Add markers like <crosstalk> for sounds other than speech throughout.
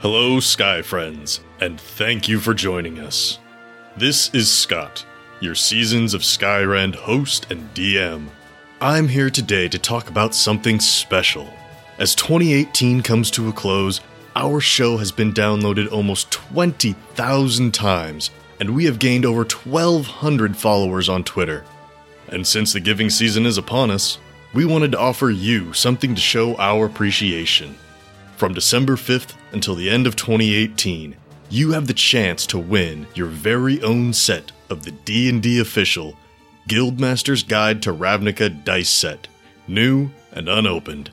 Hello, Sky friends, and thank you for joining us. This is Scott, your Seasons of Skyrend host and DM. I'm here today to talk about something special. As 2018 comes to a close, our show has been downloaded almost 20,000 times, and we have gained over 1,200 followers on Twitter. And since the giving season is upon us, we wanted to offer you something to show our appreciation. From December 5th until the end of 2018, you have the chance to win your very own set of the D&D official Guildmaster's Guide to Ravnica dice set, new and unopened.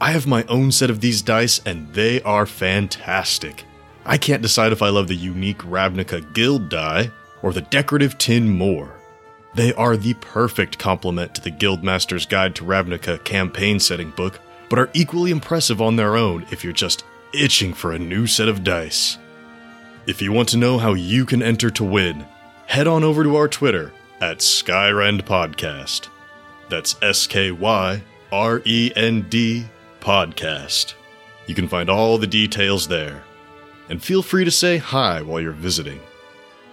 I have my own set of these dice and they are fantastic. I can't decide if I love the unique Ravnica Guild die or the decorative tin more. They are the perfect complement to the Guildmaster's Guide to Ravnica campaign setting book, but are equally impressive on their own if you're just itching for a new set of dice. If you want to know how you can enter to win, head on over to our Twitter at Skyrend Podcast. That's S K Y R E N D Podcast. You can find all the details there. And feel free to say hi while you're visiting.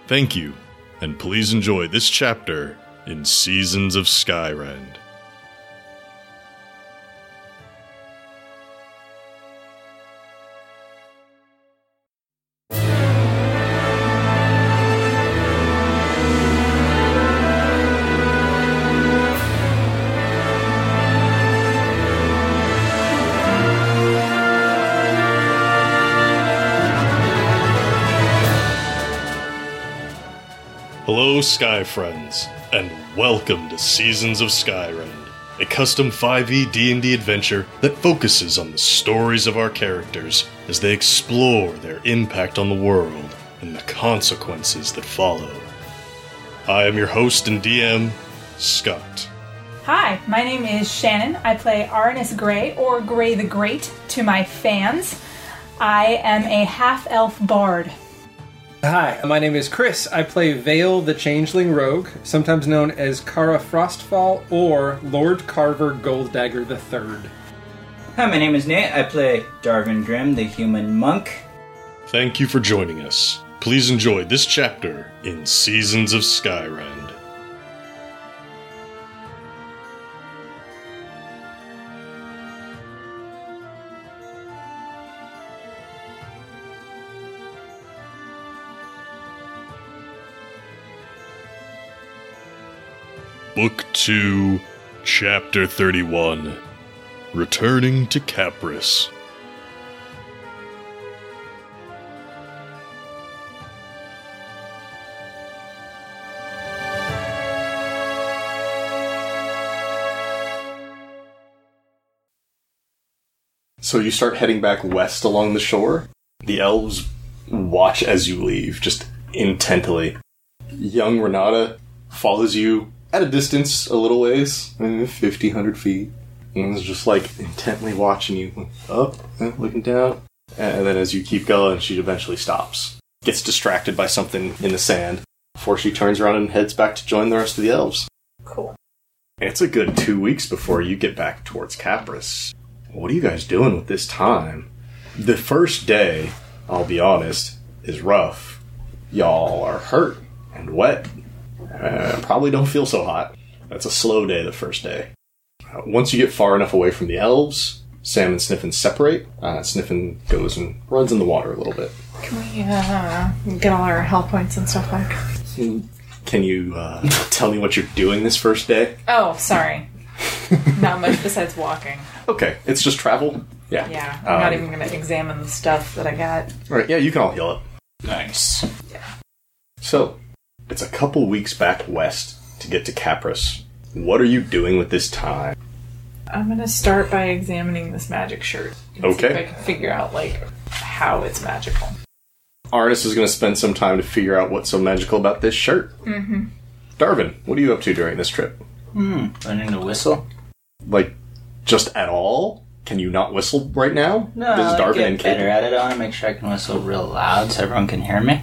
Thank you, and please enjoy this chapter in Seasons of Skyrend. Hello, Sky friends, and welcome to Seasons of Skyrend, a custom E 5e D&D adventure that focuses on the stories of our characters as they explore their impact on the world and the consequences that follow. I am your host and DM, Scott. Hi, my name is Shannon. I play Arnis Grey, or Grey the Great, to my fans. I am a half elf bard. Hi, my name is Chris. I play Vale the Changeling Rogue, sometimes known as Kara Frostfall or Lord Carver Golddagger III. Hi, my name is Nate. I play Darvin Grimm, the human monk. Thank you for joining us. Please enjoy this chapter in Seasons of Skyrend. Book 2, Chapter 31 Returning to Capris. So you start heading back west along the shore. The elves watch as you leave, just intently. Young Renata follows you at a distance, a little ways, eh, 50, 100 feet, and is just like intently watching you up, eh, looking down. And then as you keep going, she eventually stops, gets distracted by something in the sand before she turns around and heads back to join the rest of the elves. Cool. It's a good two weeks before you get back towards Capris. What are you guys doing with this time? The first day, I'll be honest, is rough. Y'all are hurt and wet. Uh, probably don't feel so hot. That's a slow day the first day. Uh, once you get far enough away from the elves, Sam and Sniffin separate. Uh, Sniffin goes and runs in the water a little bit. Yeah, uh, get all our health points and stuff back. Can you uh, <laughs> tell me what you're doing this first day? Oh, sorry. <laughs> not much besides walking. Okay, it's just travel. Yeah. Yeah, I'm not Um, even gonna examine the stuff that I got. All right. Yeah, you can all heal up. Nice. So, it's a couple weeks back west to get to Capris. What are you doing with this time? I'm gonna start by examining this magic shirt. and See Okay. if I can figure out like how it's magical. Arnis is going to spend some time to figure out what's so magical about this shirt. Mm-hmm. Darvin, what are you up to during this trip? Hmm. Learning to whistle. Like, just at all? Can you not whistle right now? No, this is I Darvin get and Kate. better at it. I want to make sure I can whistle real loud so everyone can hear me.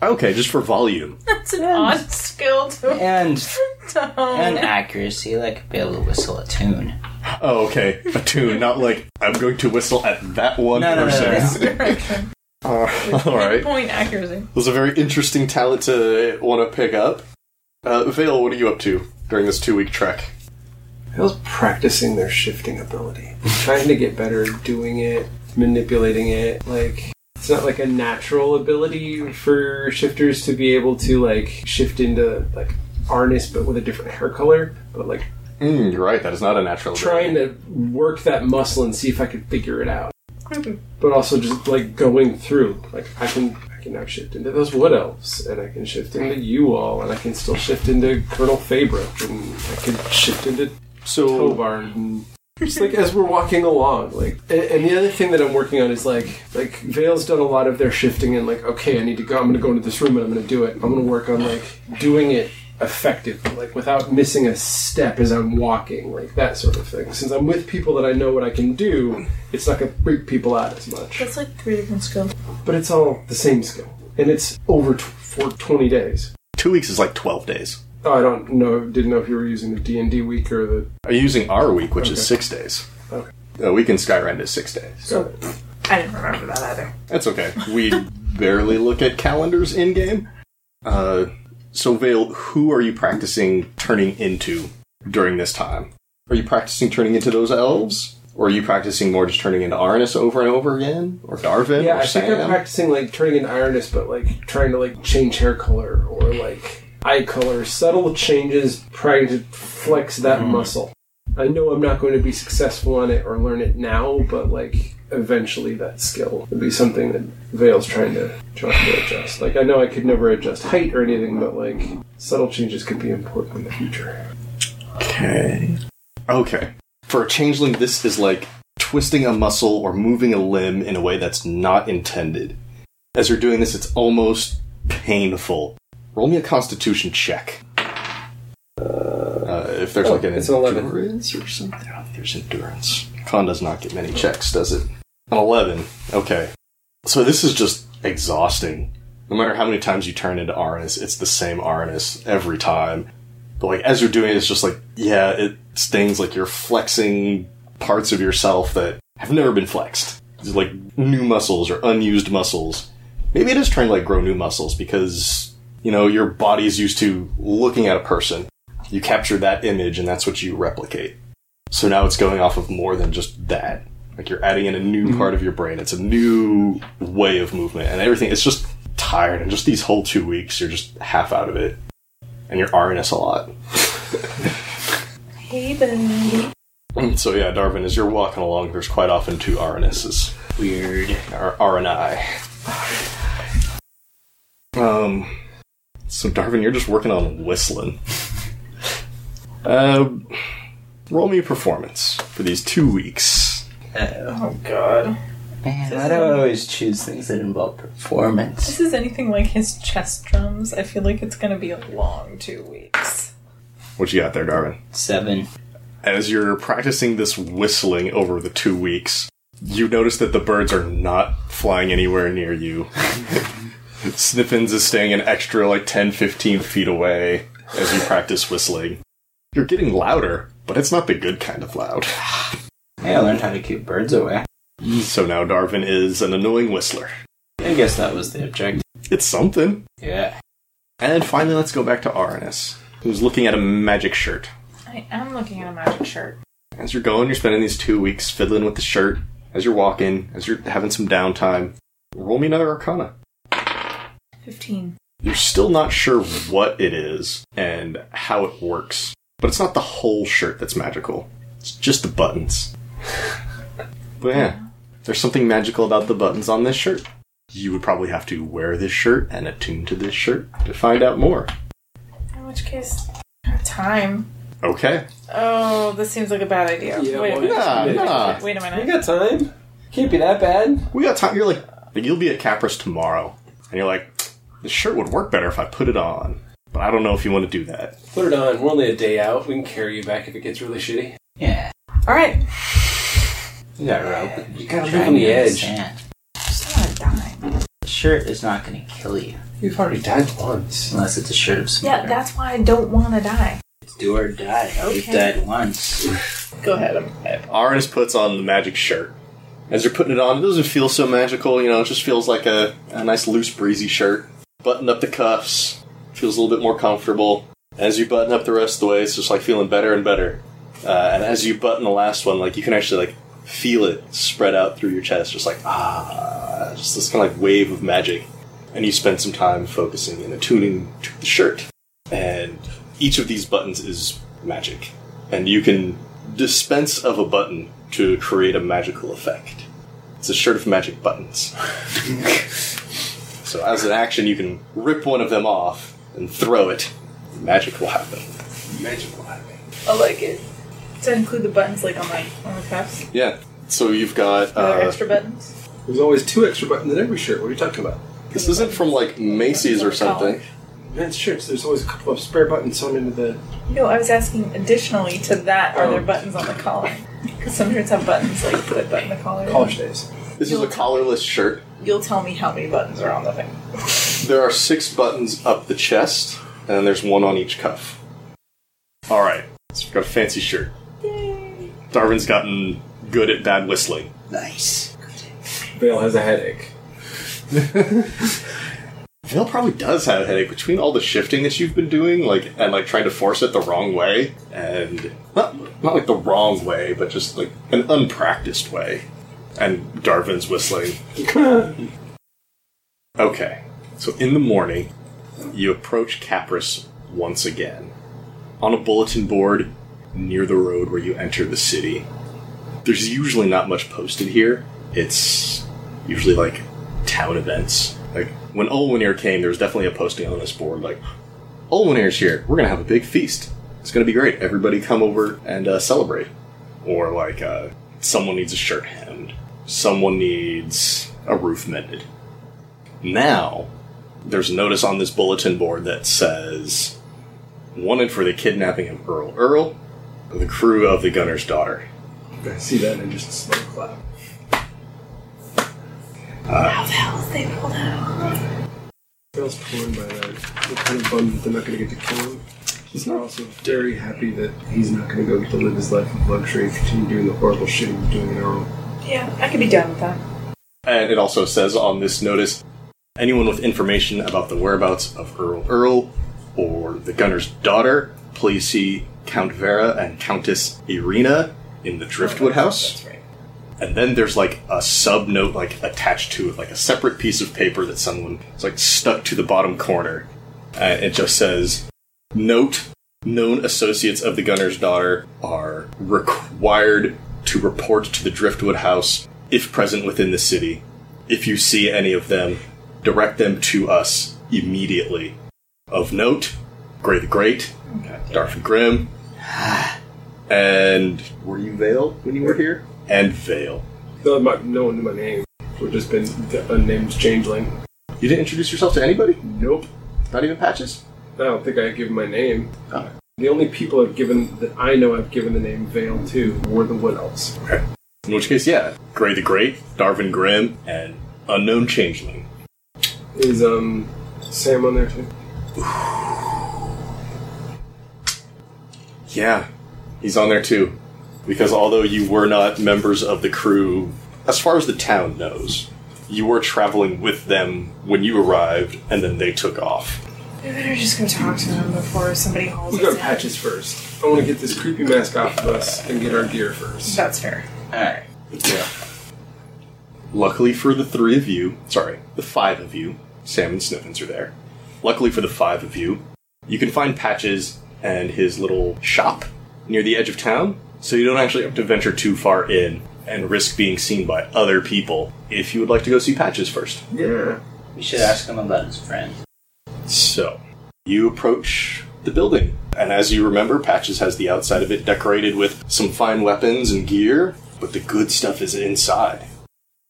Okay, just <laughs> for volume. That's an odd skill to And <laughs> to hone. and accuracy, like be able to whistle a tune. Oh, okay. A tune, not like I'm going to whistle at that one No, no, no, person. <laughs> no, no. <laughs> Direction. Uh, <laughs> all right. <laughs> Point accuracy. This is a very interesting talent to want to pick up. Uh, Vale, what are you up to during this two week trek? Hell's practicing their shifting ability. Trying to get better at doing it, manipulating it. Like, it's not like a natural ability for shifters to be able to, like, shift into, like, Arnis but with a different hair color. But, like, Mm, you're right. That is not a natural. trying ability. to work that muscle and see if I could figure it out. But also just, like, going through. Like, I can. I can now shift into those wood elves, and I can shift into you all, and I can still shift into Colonel Fabrook, and I can shift into So, Hobart and just like as we're walking along like and, and the other thing that i'm working on is like like vale's done a lot of their shifting and like okay i need to go i'm gonna go into this room and i'm gonna do it i'm gonna work on like doing it effectively like without missing a step as i'm walking like that sort of thing since i'm with people that i know what i can do it's not gonna freak people out as much That's like three different skills. but it's all the same skill and it's over t- for 20 days two weeks is like 12 days. oh i don't know didn't know if you were using the d&d week or the Are you using our week, which is Okay. six days? Okay. A week in Skyrend is six days. so I didn't remember that either. That's okay. We barely look at calendars in game. Uh, so, Vale, who are you practicing turning into during this time? Are you practicing turning into those elves? Or are you practicing more just turning into Arnis over and over again? Or Darvin? Yeah, or I Sam? think I'm practicing like turning an ironist, but like trying to like change hair color or like eye color, subtle changes, trying to flex that muscle. I know I'm not going to be successful on it or learn it now, but like eventually that skill would be something that Vale's trying to trying to adjust. Like I know I could never adjust height or anything, but like subtle changes could be important in the future. Okay. Okay. For a changeling, this is like twisting a muscle or moving a limb in a way that's not intended. As you're doing this, it's almost painful. Roll me a constitution check. Uh, if there's oh, like an it's an 11. endurance or something. Oh, there's endurance. Con does not get many checks, does it? An 11. Okay. So this is just exhausting. No matter how many times you turn into Arnis, it's the same Arnis every time. But like as you're doing it, it's just like, yeah, it stings like you're flexing parts of yourself that have never been flexed. It's like new muscles or unused muscles. Maybe it is trying to like grow new muscles because, you know, your body's used to looking at a person. You capture that image and that's what you replicate. So now it's going off of more than just that. Like you're adding in a new part of your brain. It's a new way of movement and everything. It's just tired and just these whole two weeks you're just half out of it. And you're R'ing us a lot. <laughs> Hey, buddy. So yeah, Darvin, as you're walking along, there's quite often two RNSs. Weird. Or R and I. Um so Darvin, you're just working on whistling. Uh, roll me a performance for these two weeks. Oh god. Man, why do I always choose things that involve performance? This is anything like his chest drums. I feel like it's gonna be a long two weeks. What you got there, Darvin? Seven. As you're practicing this whistling over the two weeks, you notice that the birds are not flying anywhere near you. <laughs> Sniffins is staying an extra like 10, 15 feet away as you practice whistling. You're getting louder, but it's not the good kind of loud. <sighs> Hey, I learned how to keep birds away. So now Darvin is an annoying whistler. I guess that was the objective. It's something. Yeah. And finally, let's go back to Arnis, who's looking at a magic shirt. I am looking at a magic shirt. As you're going, you're spending these two weeks fiddling with the shirt. As you're walking, as you're having some downtime, roll me another Arcana. Fifteen. You're still not sure what it is and how it works, but it's not the whole shirt that's magical. It's just the buttons. <laughs> but yeah, there's something magical about the buttons on this shirt. You would probably have to wear this shirt and attune to this shirt to find out more. In which case, time. Okay. Oh, this seems like a bad idea. Yeah, wait, a well, minute. Nah, nah. wait a You minute. got time? Can't be that bad. We got time. You're like, you'll be at Capris tomorrow. And you're like, this shirt would work better if I put it on. But I don't know if you want to do that. Put it on. We're only a day out. We can carry you back if it gets really shitty. Yeah. All right. Yeah, Rob. You gotta live on the edge. Just want to die. The shirt is not gonna kill you You've already died once. unless it's a shirt of some Yeah, that's why I don't want to die. It's do or die. We've Okay. died once. Go ahead. I'm, Arnis puts on the magic shirt. As you're putting it on, it doesn't feel so magical, you know, it just feels like a, a nice loose breezy shirt. Button up the cuffs, feels a little bit more comfortable. As you button up the rest of the way, it's just like feeling better and better. Uh, and as you button the last one, like you can actually like feel it spread out through your chest, just like ah, just this kind of like wave of magic. And you spend some time focusing and attuning to the shirt. And each of these buttons is magic. And you can dispense of a button to create a magical effect. It's a shirt of magic buttons. so, as an action, you can rip one of them off and throw it. Magic will happen. Magic will happen. I like it. Does that include the buttons like on my on my cuffs? Yeah. So, you've got. Are there Uh, extra buttons? There's always two extra buttons in every shirt. What are you talking about? this isn't from like Macy's or something. Men's shirts. There's always a couple of spare buttons sewn into the. No, I was asking. Additionally to that, are there Oh. buttons on the collar? Because some shirts have buttons. Like put a button in the collar. College days. This is a collarless shirt. You'll tell me how many buttons are on the thing. There are six buttons up the chest, and there's one on each cuff. Alright. So, we've got a fancy shirt. Darwin's gotten good at bad whistling. Nice. Vale has a headache. Vale probably does have a headache between all the shifting that you've been doing, like and like trying to force it the wrong way, and not not like the wrong way, but just like an unpracticed way. And Darvin's whistling. okay, so in the morning, you approach Capris once again on a bulletin board near the road where you enter the city. There's usually not much posted here. It's usually like town events. Like when Olwenir came, there was definitely a posting on this board like, Olwenir's here. We're gonna have a big feast. It's gonna be great. Everybody come over and uh, celebrate. Or like uh, someone needs a shirt hemmed. Someone needs a roof mended. Now there's a notice on this bulletin board that says wanted for the kidnapping of Earl Earl, the crew of the Gunner's daughter. I see that and just slow clap. How the hell did they pull that off? Vale's torn by that. They're kind of bummed that they're not going to get to kill him. He's not also very happy that he's not going to go get to live his life of luxury and continue doing the horrible shit he was doing in Earl. Yeah, I could be down with that. And it also says on this notice anyone with information about the whereabouts of Earl Earl or the gunner's daughter, please see Count Vera and Countess Irina in the Driftwood House. Oh, That's right. And then there's like a sub note like attached to it, like a separate piece of paper that someone it's like stuck to the bottom corner. Uh, it just says, "Note: Known associates of the gunner's daughter are required to report to the Driftwood House if present within the city. If you see any of them, direct them to us immediately. Of note, Gray the Great, Darth Grim, and were you Vale when you were here? And Vale. Though I'm not, no one knew my name. We've just been the unnamed changeling. You didn't introduce yourself to anybody? Nope. Not even Patches? I don't think I give my name. Oh. The only people I've given that I know I've given the name Vale to were the Wood Elves. In which case, yeah. Gray the Great, Darvin Grimm, and Unknown Changeling. Is um Sam on there too? Yeah, he's on there too. Because although you were not members of the crew, as far as the town knows, you were traveling with them when you arrived, and then they took off. We better just go talk to them before somebody hauls We go us to in. Patches first. I want to get this creepy mask off of us and get our gear first. That's fair. Alright. Yeah. Luckily for the three of you, sorry, the five of you, Sam and Sniffins are there. Luckily for the five of you, you can find Patches and his little shop near the edge of town, so you don't actually have to venture too far in and risk being seen by other people if you would like to go see Patches first. Yeah. We should ask him about his friend. So, you approach the building, and as you remember, Patches has the outside of it decorated with some fine weapons and gear, but the good stuff is inside.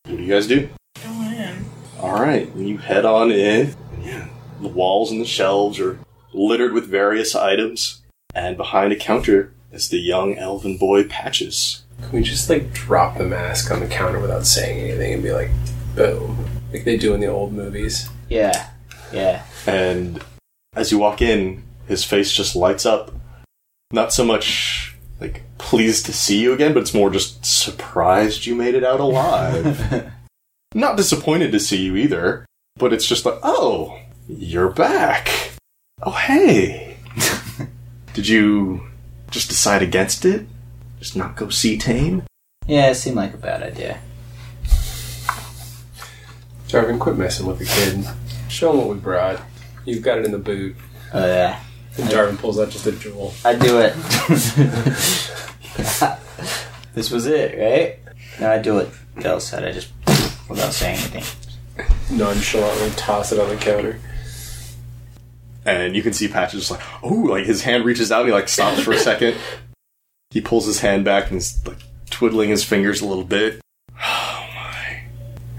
What do you guys do? Go in. All right, and you head on in. Yeah, the walls and the shelves are littered with various items, and behind a counter is the young elven boy Patches. Can we just like drop the mask on the counter without saying anything and be like, boom, like they do in the old movies? Yeah. Yeah. And as you walk in, his face just lights up, Not so much like pleased to see you again, but it's more just surprised you made it out alive. Not disappointed to see you either, but it's just like, oh, you're back. Oh, hey. Did you just decide against it? Just not go see Tane? Yeah, it seemed like a bad idea. Jarvin, quit messing with the kid. Show him what we brought. You've got it in the boot. Oh yeah, And Jarvin pulls out just a jewel. I do it. <laughs> this was it, right? No, I do it. Dell said I just without saying anything. Nonchalantly toss it on the counter. and you can see Patch is just like, oh, like his hand reaches out and he like stops <laughs> for a second. He pulls his hand back and is like twiddling his fingers a little bit. <sighs> Oh my.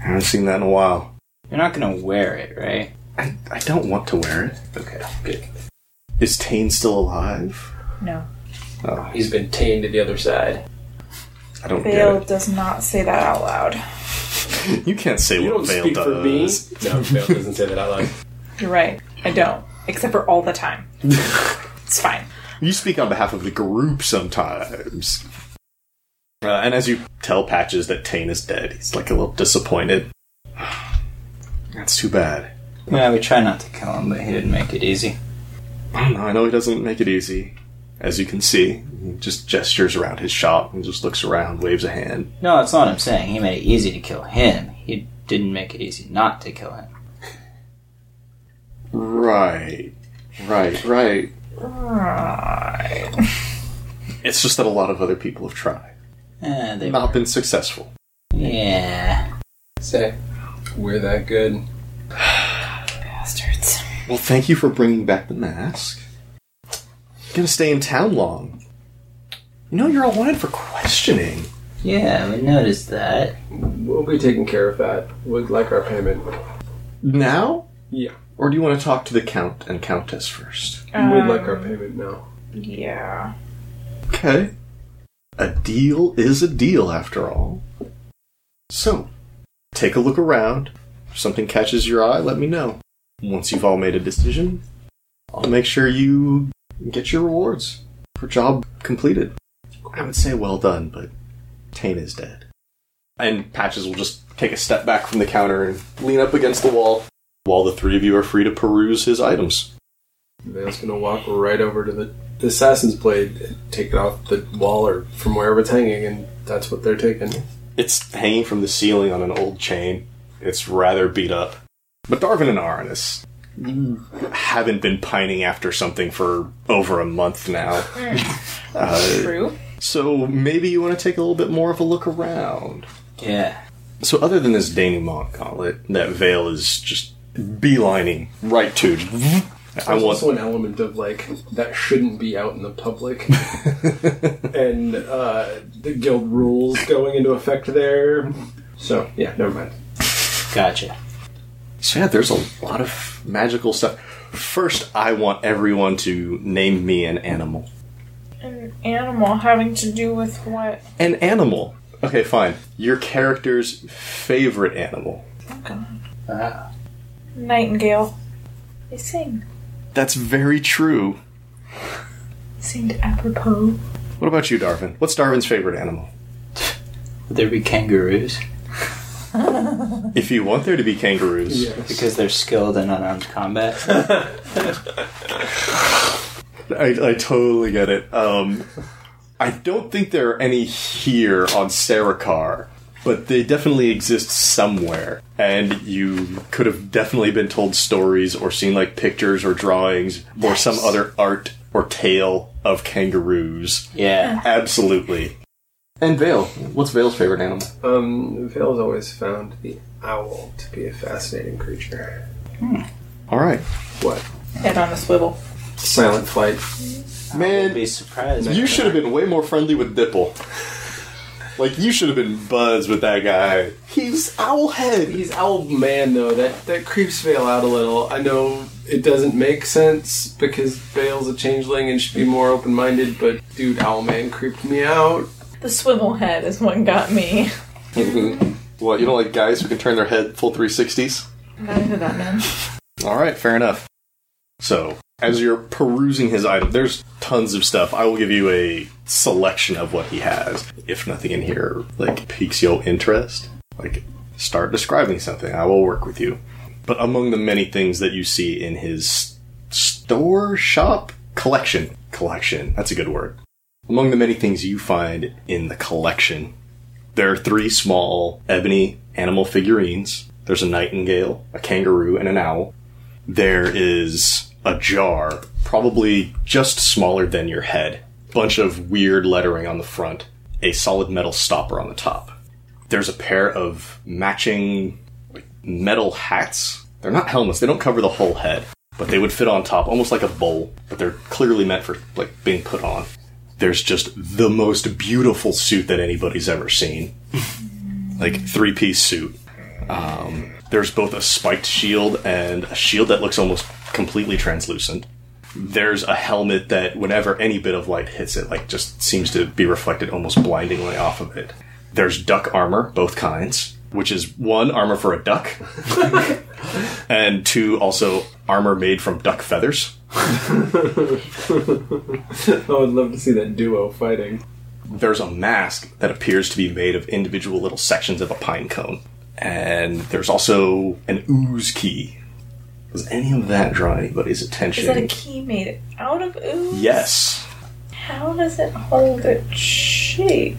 I haven't seen that in a while. You're not gonna wear it, right? I, I don't want to wear it. Okay, good. Is Tane still alive? No. Oh, He's been tamed to the other side. I don't Vale does not say that out loud. get it. You can't say You what don't Vale speak does. for me. <laughs> No, Vale doesn't say that out loud. You're right. I don't. Except for all the <laughs> time. it's fine. You speak on behalf of the group sometimes. Uh, and as you tell Patches that Tane is dead, he's like a little disappointed. <sighs> That's too bad. Yeah, we try not to kill him, but he didn't make it easy. I don't know. Ah, I know he doesn't make it easy, as you can see. He just gestures around his shop and just looks around, waves a hand. No, that's not what I'm saying. He made it easy to kill him. He didn't make it easy not to kill him. Right, right, right. Right. It's just that a lot of other people have tried, Eh, they not been successful. Yeah. Say, we're that good. Bastards. Well, thank you for bringing back the mask. You're gonna stay in town long. You know you're all wanted for questioning. Yeah, we noticed that. We'll be taking care of that. We'd like our payment. Now, Yeah. or do you want to talk to the count and countess first? We'd like our payment now. Yeah. Okay. A deal is a deal, after all. So, take a look around. If something catches your eye, let me know. Once you've all made a decision, I'll make sure you get your rewards for job completed. I would say well done, but Tane is dead. And Patches will just take a step back from the counter and lean up against the wall while the three of you are free to peruse his items. Vale's gonna walk right over to the, the assassin's blade and take it off the wall or from wherever it's hanging, and that's what they're taking. It's hanging from the ceiling on an old chain. It's rather beat up. But Darvin and Aranis haven't been pining after something for over a month now. Uh, True. So maybe you want to take a little bit more of a look around. Yeah. So other than this denouement gauntlet, that veil is just beelining right to. I There's want also an element of like that shouldn't be out in <laughs> the public, and uh, the guild rules going into effect there. So yeah, never mind. Gotcha. So yeah, there's a lot of magical stuff. First, I want everyone to name me an animal. An animal having to do with what? An animal. Okay, fine. Your character's favorite animal. Wow. Nightingale. They sing. That's very true. Seemed apropos. What about you, Darvin? What's Darvin's favorite animal? Would there be kangaroos? If you want there to be kangaroos, Because they're skilled in unarmed combat. I, I totally get it. Um, I don't think there are any here on Sarakar, but they definitely exist somewhere. And you could have definitely been told stories or seen like pictures or drawings or some other art or tale of kangaroos. <laughs> Yeah. Absolutely. And Vale. What's Vale's favorite animal? Um, Vale's always found the owl to be a fascinating creature. All right. What Head on a swivel. silent flight? I'd be surprised. You should have been way more friendly with Dipple. Like you should have been buzzed with that guy. He's Owlhead. He's owl man though. That that creeps Vale out a little. I know it doesn't make sense because Vale's a changeling and should be more open minded, but dude, owl man creeped me out. <laughs> The swivel head is what got me. What you don't like guys who can turn their head full 360s? Not into that, man. All right, fair enough. So As you're perusing his item, there's tons of stuff. I will give you a selection of what he has. If nothing in here like piques your interest, like start describing something. I will work with you. But among the many things that you see in his store, shop, collection, collection, that's a good word. Among the many things you find in the collection there are three small ebony animal figurines. There's a nightingale, a kangaroo, and an owl. There is a jar, probably just smaller than your head. Bunch of weird lettering on the front, a solid metal stopper on the top. There's a pair of matching like, metal hats. They're not helmets, they don't cover the whole head, but they would fit on top almost like a bowl, but they're clearly meant for like being put on there's just the most beautiful suit that anybody's ever seen. <laughs> like three piece suit. Um, there's both a spiked shield and a shield that looks almost completely translucent. There's a helmet that, whenever any bit of light hits it, like just seems to be reflected almost blindingly off of it. There's duck armor, both kinds, which is one armor for a duck, <laughs> and two also armor made from duck feathers. I would love to see that duo fighting. there's a mask that appears to be made of individual little sections of a pine cone. And there's also an ooze key. Does any of that draw anybody's Is attention? that a key made out of ooze? yes. How does it hold its shape?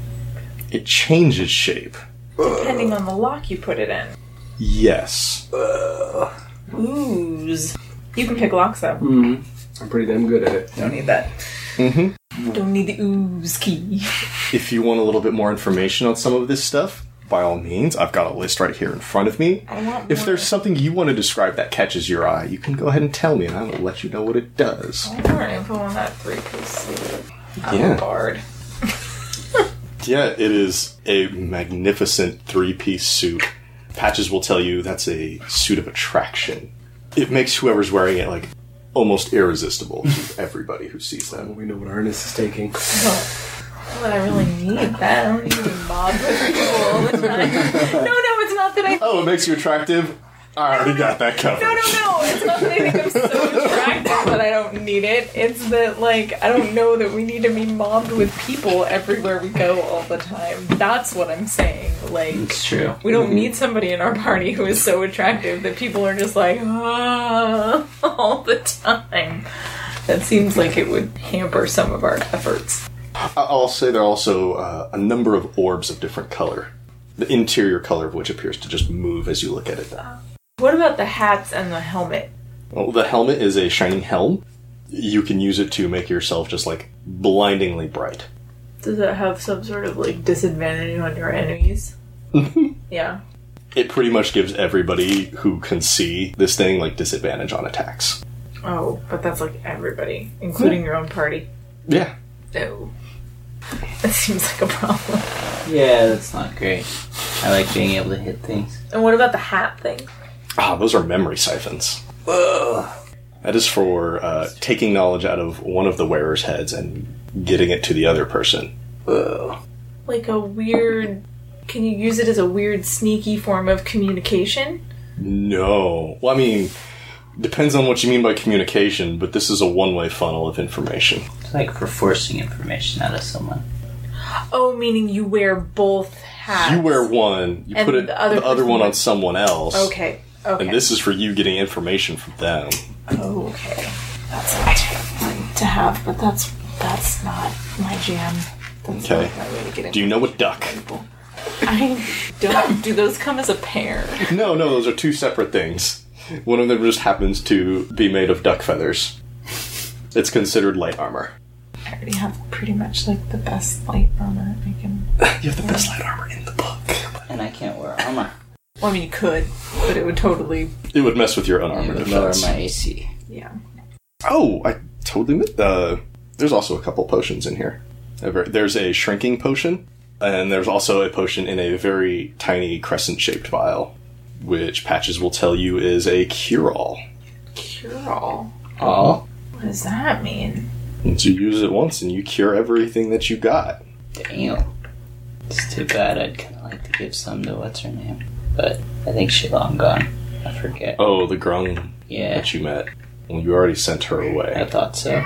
It changes shape. Depending on the lock you put it in. Yes. Ooze. You can pick locks up. Mm. I'm pretty damn good at it. Don't need that. Mm-hmm. Don't need the ooze key. If you want a little bit more information on some of this stuff, by all means, I've got a list right here in front of me. I want If more. there's something you want to describe that catches your eye, you can go ahead and tell me, and I will let you know what it does. I want info on that three piece suit. I'm Yeah. barred. Yeah, it is a magnificent three piece suit. Patches will tell you that's a suit of attraction. It makes whoever's wearing it like almost irresistible to everybody who sees them. We know what Arnis is taking. But I really need that. I don't need to be mobbed with people all the time. No, no, it's not that I. Oh, it makes you attractive? I already got that covered. No, no, no. It's not that I think I'm so attractive that I don't need it. It's that, like, I don't know that we need to be mobbed with people everywhere we go all the time. That's what I'm saying. Like, It's true. we don't need somebody in our party who is so attractive that people are just like, ah, <laughs> all the time. That seems like it would hamper some of our efforts. I- I'll say there are also uh, a number of orbs of different color, the interior color of which appears to just move as you look at it. What about the hats and the helmet? Well, the helmet is a shining helm. You can use it to make yourself just like blindingly bright. Does it have some sort of like disadvantage on your <laughs> enemies? yeah. it pretty much gives everybody who can see this thing like disadvantage on attacks. Oh, but that's like everybody, including your own party. Yeah. No. <laughs> That seems like a problem. Yeah, that's not great. I like being able to hit things. And what about the hat thing? Ah, those are memory siphons. Whoa. That is for uh, taking knowledge out of one of the wearer's heads and getting it to the other person. Whoa. Like a weird. Can you use it as a weird, sneaky form of communication? No. Well, I mean, depends on what you mean by communication, but this is a one way funnel of information. It's like for forcing information out of someone. Oh, meaning you wear both hats. You wear one, you And put it, the the other other, person one on wears- someone else. Okay. Okay. And this is for you getting information from them. Okay. That's what I like to have, but that's that's not my jam. That's Okay. not my way to get in. Do you know a <laughs> duck? I don't. Do those come as a pair? No, no, those are two separate things. One of them just happens to be made of duck feathers. It's considered light armor. I already have pretty much like the best light armor I can. You have the best light armor in the book. And I can't wear armor. Well, I mean, you could, but it would totally. It would mess with your It unarmored would lower defense. my AC. Yeah. Oh, I totally missed. Uh, there's also a couple potions in here. Ever- There's a shrinking potion, and there's also a potion in a very tiny crescent shaped vial, which Patches will tell you is a cure all. Cure all. Oh, What does that mean? You use it once and you cure everything that you got. damn. It's too bad. I'd kind of like to give some to what's her name, but I think she's long gone. I forget. Oh, the grung yeah, that you met. Well, you already sent her I away. thought so.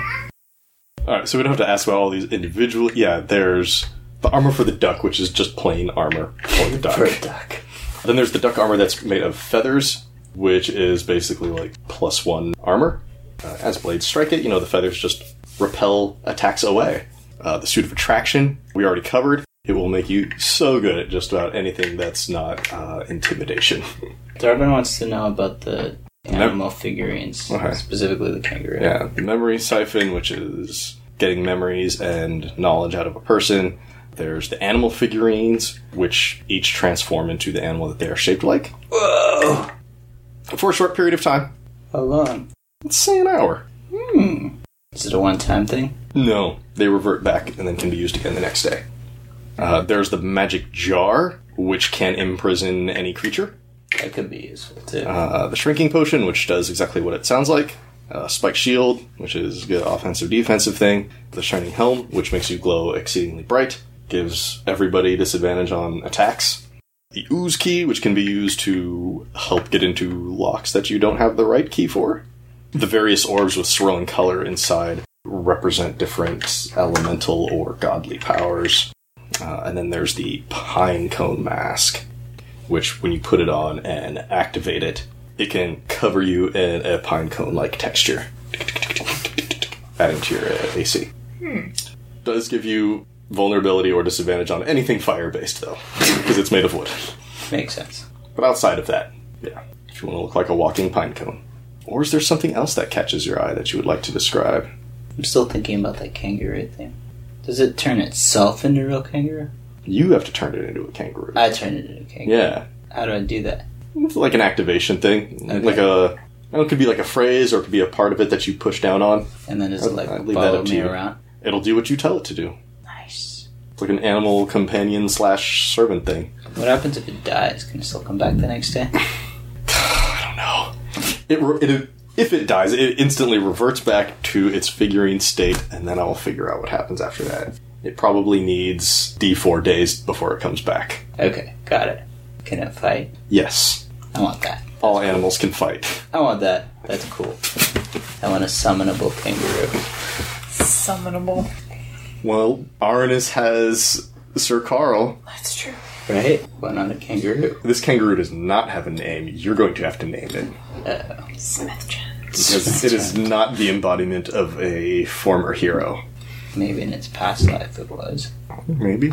All right, so we don't have to ask about all these individual. Yeah, there's the armor for the duck, which is just plain armor for the duck. For a duck. Then there's the duck armor that's made of feathers, which is basically like plus one armor. Uh, as blades strike it, you know, the feathers just repel attacks away. Uh, the suit of attraction, we already covered. It will make you so good at just about anything that's not uh, intimidation. <laughs> Darwin wants to know about the animal figurines, Okay. specifically the kangaroo. Yeah, the memory siphon, which is getting memories and knowledge out of a person. There's the animal figurines, which each transform into the animal that they are shaped like. Whoa! For a short period of time. How long? Let's say an hour. Hmm. Is it a one-time thing? No, they revert back and then can be used again the next day. Uh, there's the magic jar, which can imprison any creature. That could be useful too. Uh, the shrinking potion, which does exactly what it sounds like. Uh, spike shield, which is a good offensive defensive thing. The shining helm, which makes you glow exceedingly bright, gives everybody disadvantage on attacks. The ooze key, which can be used to help get into locks that you don't have the right key for. The various orbs with swirling color inside represent different elemental or godly powers. Uh, and then there's the pine cone mask, which when you put it on and activate it, it can cover you in a pine cone like texture, adding to your uh, AC. Does give you vulnerability or disadvantage on anything fire based though, because it's made of wood. Makes sense. But outside of that, yeah, if you want to look like a walking pine cone, or is there something else that catches your eye that you would like to describe? I'm still thinking about that kangaroo thing. Does it turn itself into a real kangaroo? You have to turn it into a kangaroo. I turn it into a kangaroo. yeah, How do I do that? It's like an activation thing, Okay. like a. It could be like a phrase, or it could be a part of it that you push down on. And then does it I'll- like I'll leave that follow up to me you. around? It'll do what you tell it to do. Nice. It's like an animal companion slash servant thing. <sighs> What happens if it dies? Can it still come back the next day? It, re- it if it dies, it instantly reverts back to its figurine state, and then I'll figure out what happens after that. It probably needs D4 days before it comes back. Okay, got it. Can it fight? Yes, I want that. all animals can fight. I want that. That's cool. I want a summonable kangaroo. Summonable. Well, Aranus has Sir Carl. That's true. Right? One on a kangaroo. This kangaroo does not have a name. You're going to have to name it. Uh, Smith Chen. because it is not the embodiment of a former hero. maybe in its past life it was. Maybe.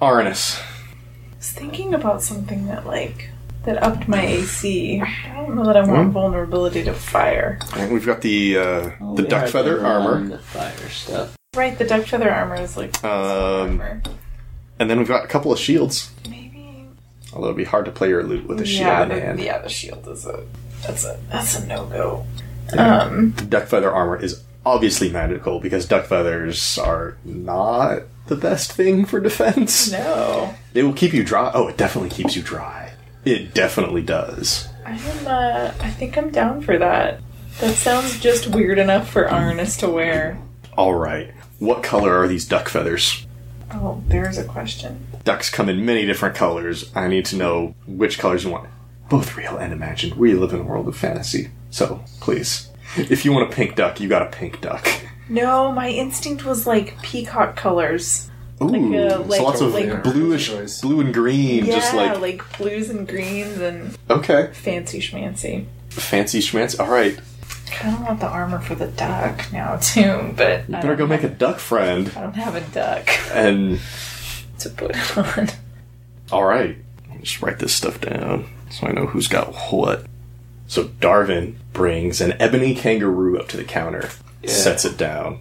Aranus. I was thinking about something that like that upped my AC. I don't know that I Hmm? want vulnerability to fire. And we've got the uh, Oh, the duck feather armor, The fire stuff. Right, the duck feather armor is like Um, armor. and then we've got a couple of shields. Maybe Although it'd be hard to play your loot with a shield yeah, in the, hand. yeah, the shield is a that's a that's a Um, no go. The duck feather armor is obviously magical because duck feathers are not the best thing for defense. No, They will keep you dry. Oh, it definitely keeps you dry. It definitely does. I'm uh, I think I'm down for that. That sounds just weird enough for Arnis to wear. All right. What color are these duck feathers? Oh, there's a question. ducks come in many different colors. I need to know which colors you want. Both real and imagined. We live in a world of fantasy. So, please. If you want a pink duck, you got a pink duck. No, my instinct was like peacock colors. Ooh, Like a- like- so lots of like- bluish, choice. blue and green, Yeah, just like, like blues and greens and okay, fancy schmancy. fancy schmancy. All right, kind of want the armor for the duck now too, but I better don't, go make a duck friend. I don't have a duck And to put it on. all right, just write this stuff down so I know who's got what. So Darwin brings an ebony kangaroo up to the counter, sets it down.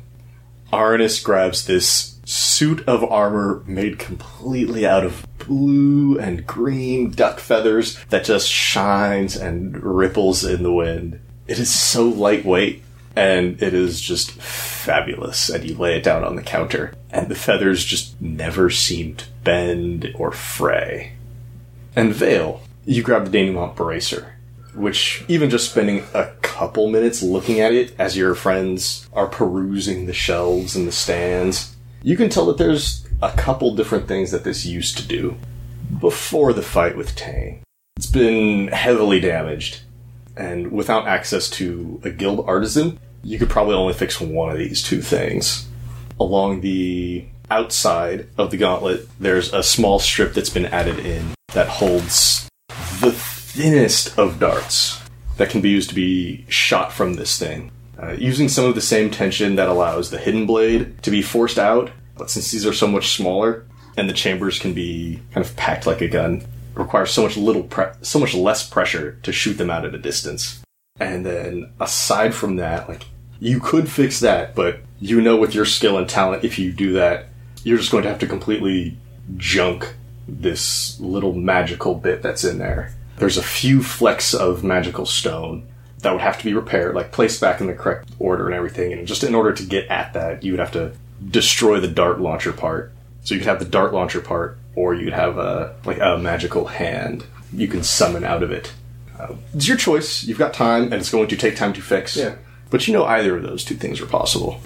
Arnis grabs this suit of armor made completely out of blue and green duck feathers that just shines and ripples in the wind. It is so lightweight and it is just fabulous. And you lay it down on the counter, and the feathers just never seem to bend or fray. And Vale, you grab the denouement bracer which even just spending a couple minutes looking at it as your friends are perusing the shelves and the stands, you can tell that there's a couple different things that this used to do before the fight with Tang. It's been heavily damaged. and without access to a guild artisan, you could probably only fix one of these two things. Along the outside of the gauntlet, there's a small strip that's been added in that holds the thinnest of darts that can be used to be shot from this thing. Uh, using some of the same tension that allows the hidden blade to be forced out, but since these are so much smaller and the chambers can be kind of packed like a gun, it requires so much little pre- so much less pressure to shoot them out at a distance. And then aside from that, like you could fix that, but you know with your skill and talent if you do that, you're just going to have to completely junk this little magical bit that's in there. There's a few flecks of magical stone that would have to be repaired, like placed back in the correct order and everything. And just in order to get at that, you would have to destroy the dart launcher part. So you could have the dart launcher part, or you'd have a like a magical hand you can summon out of it. Uh, it's your choice. You've got time, and it's going to take time to fix. Yeah. But you know either of those two things are possible.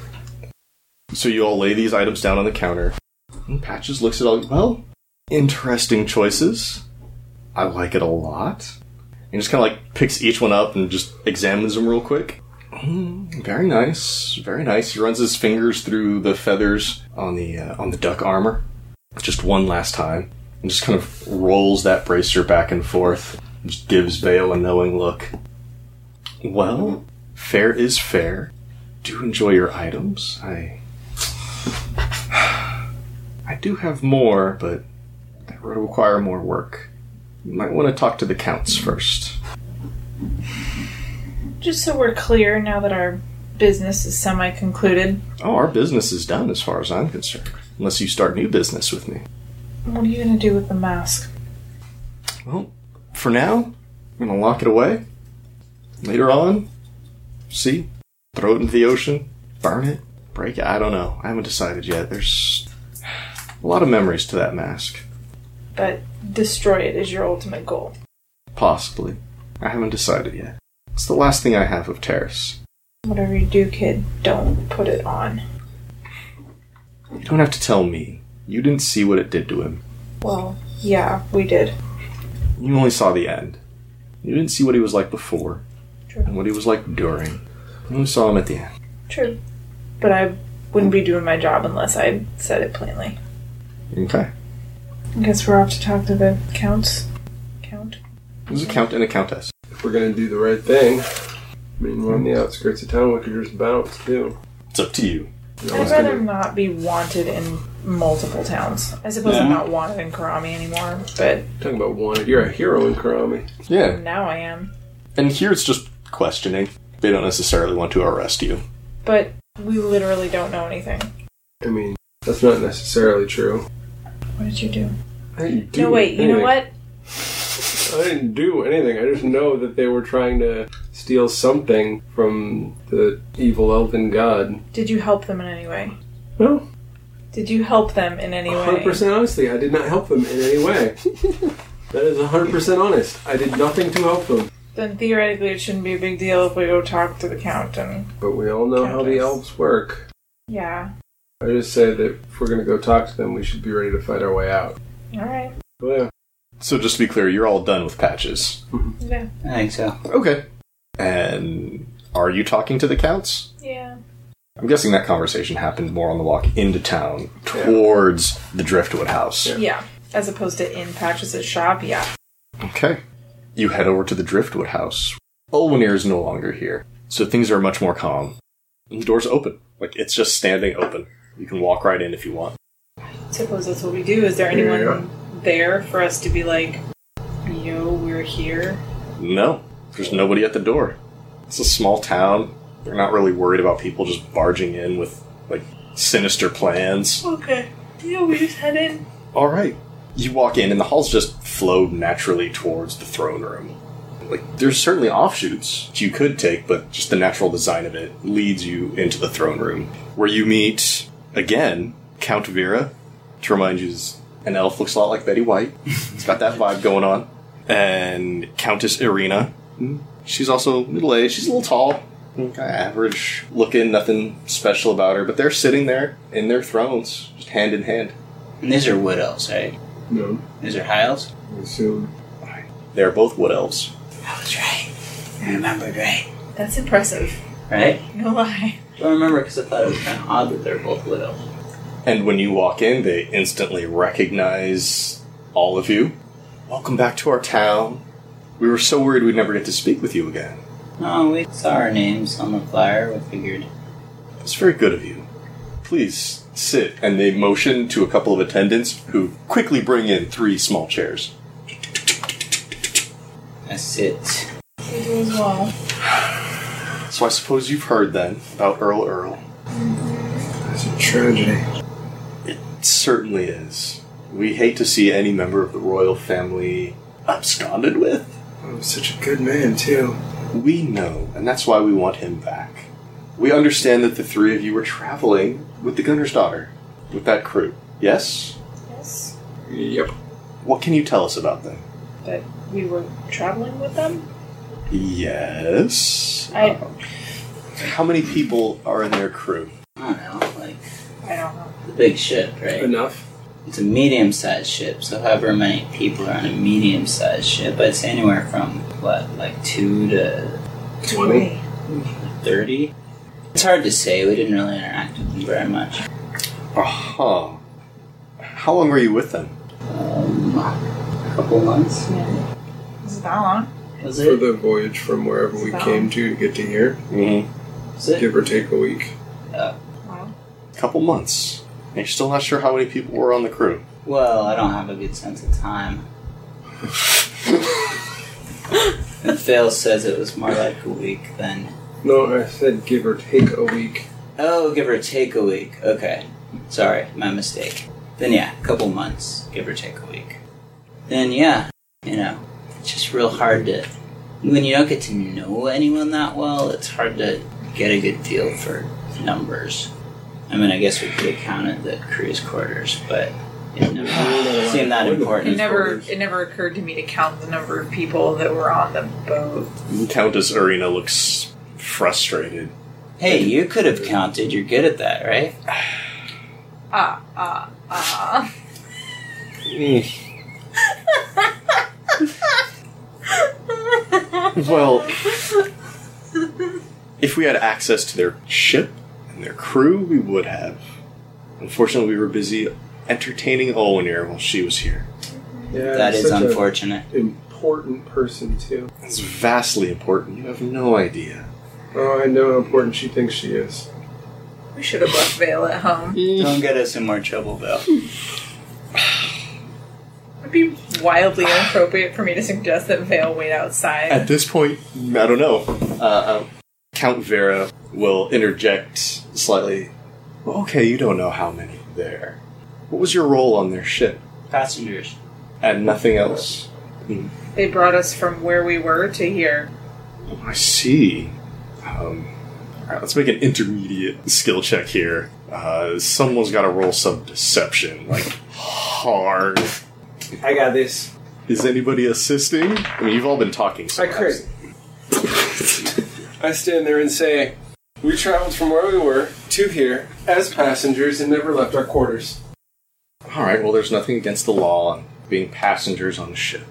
So you all lay these items down on the counter. And Patches looks at all. Well, interesting choices. I like it a lot. And just kind of like picks each one up and just examines them real quick. Mm, very nice, very nice. He runs his fingers through the feathers on the uh, on the duck armor, just one last time, and just kind of rolls that bracer back and forth. Just gives Vale a knowing look. Well, fair is fair. Do enjoy your items. I I do have more, but that would require more work. You might want to talk to the counts first. Just so we're clear, now that our business is semi concluded, Oh, our business is done as far as I'm concerned. Unless you start new business with me. what are you gonna do with the mask? Well, for now, I'm gonna lock it away. Later on, see, throw it into the ocean, burn it, break it. I don't know. I haven't decided yet. There's a lot of memories to that mask. But destroy it is your ultimate goal. Possibly. I haven't decided yet. It's the last thing I have of Terrace. Whatever you do, kid, don't put it on. You don't have to tell me. You didn't see what it did to him. Well, yeah, we did. You only saw the end. You didn't see what he was like before, True. and what he was like during. You only saw him at the end. True. But I wouldn't be doing my job unless I said it plainly. Okay. I guess we're off to talk to the counts. Count? There's a count and a countess. If we're gonna do the right thing, I mean, we're on the outskirts of town. We could just bounce too. It's up to you. You know, I'd it's rather gonna- not be wanted in multiple towns. I suppose I'm Yeah. not wanted in Karami anymore, but Talking about wanted, you're a hero in Karami. Yeah. now I am. And here it's just questioning. They don't necessarily want to arrest you. But we literally don't know anything. I mean, that's not necessarily true. What did you do? I didn't do no, wait, you know anything. what? I didn't do anything. I just know that they were trying to steal something from the evil elven god. Did you help them in any way? No, Did you help them in any way? 100% honestly, I did not help them in <laughs> any way. that is 100% honest. I did nothing to help them. Then theoretically, it shouldn't be a big deal if we go talk to the count and. But we all know how the Countess. elves work. Yeah. I just say that if we're going to go talk to them, we should be ready to fight our way out. Alright. Well, Oh, yeah. So just to be clear, you're all done with patches. Yeah. I think so. Okay. And are you talking to the counts? Yeah. I'm guessing that conversation happened more on the walk into town towards the Driftwood house. Yeah. As opposed to in Patches' shop, yeah. Okay. You head over to the Driftwood house. Ulwenir is no longer here, so things are much more calm. And the door's open. Like, it's just standing open. You can walk right in if you want. suppose that's what we do. Is there anyone there for us to be like, yo, we're here? No, there's nobody at the door. It's a small town. They're not really worried about people just barging in with, like, sinister plans. Okay. Yeah, we just head in. All right. You walk in, and the halls just flow naturally towards the throne room. Like, there's certainly offshoots that you could take, but just the natural design of it leads you into the throne room, where you meet, again, Count Vera, to remind you, is an elf looks a lot like Betty <laughs> White. It's got that vibe going on. And Countess Irina. Hmm. She's also middle aged. She's a little tall, kind of average looking, nothing special about her, but they're sitting there in their thrones, just hand in hand. And these are wood elves, right? No, These are high elves? I assume. They are both wood elves. That was right. I remembered right. That's impressive. Right? No lie. I remember because I thought it was kind of odd that they're both little. And when you walk in, they instantly recognize all of you. Welcome back to our town. We were so worried we'd never get to speak with you again. No, we saw our names on the flyer. We figured. That's very good of you. Please sit. And they motion to a couple of attendants who quickly bring in three small chairs. That's it. We do as well. So I suppose you've heard then about Earl Earl. That's a tragedy. It certainly is. We hate to see any member of the royal family absconded with. Oh, such a good man too. We know, and that's why we want him back. We understand that the three of you were traveling with the gunner's daughter, with that crew. Yes? Yes. Yep. What can you tell us about them? But we were traveling with them? Yes? Uh, I, How many people are in their crew? I don't know, like I don't know. the big ship, right? Enough. It's a medium-sized ship, so however many people are on a medium-sized ship, I'd say anywhere from what, like two to Twenty. thirty. It's hard to say. We didn't really interact with them very much. Uh huh. How long were you with them? Um, a couple months. Yeah. Is it that long? Was For it? the voyage from wherever we Wow. came to to get to here, Mm-hmm. Was it? give or take a week. Wow. Couple months. And you're still not sure how many people were on the crew. Well, I don't have a good sense of <laughs> time. and Phil says it was more like a week than No, I said give or take a week. Oh, give or take a week. Okay. Sorry, my mistake. Then, yeah, a couple months, give or take a week. Then, yeah, you know, it's just real hard to. When you don't get to know anyone that well, it's hard to get a good feel for numbers. I mean, I guess we could have counted the crew's quarters, but it <sighs> never seemed that It important. never it never occurred to me to count the number of people that were on the boat. Countess Arena looks frustrated. Hey, you could have counted. You're good at that, right? Ah, ah, ah. Well, if we had access to their ship and their crew, we would have. Unfortunately, we were busy entertaining Olwenir while she was here. Yeah, That he's is such a unfortunate. important person too. It's vastly important. You have no idea. Oh, I know how important she thinks she is. We should have left Vale at home. Don't get us in more trouble, though. It would be wildly inappropriate for me to suggest that Vale wait outside. At this point, I don't know. Uh, uh, Count Vera will interject slightly. Well, okay, you don't know how many there. What was your role on their ship? <laughs> Passengers. And nothing else. They brought us from where we were to here. I see. Um, all right, let's make an intermediate skill check here. Uh, someone's got to roll some deception, like hard. I got this. Is anybody assisting? I mean, you've all been talking. So I crit. I stand there and say, "We traveled from where we were to here as passengers and never left our quarters." All right. Well, there's nothing against the law on being passengers on the ship.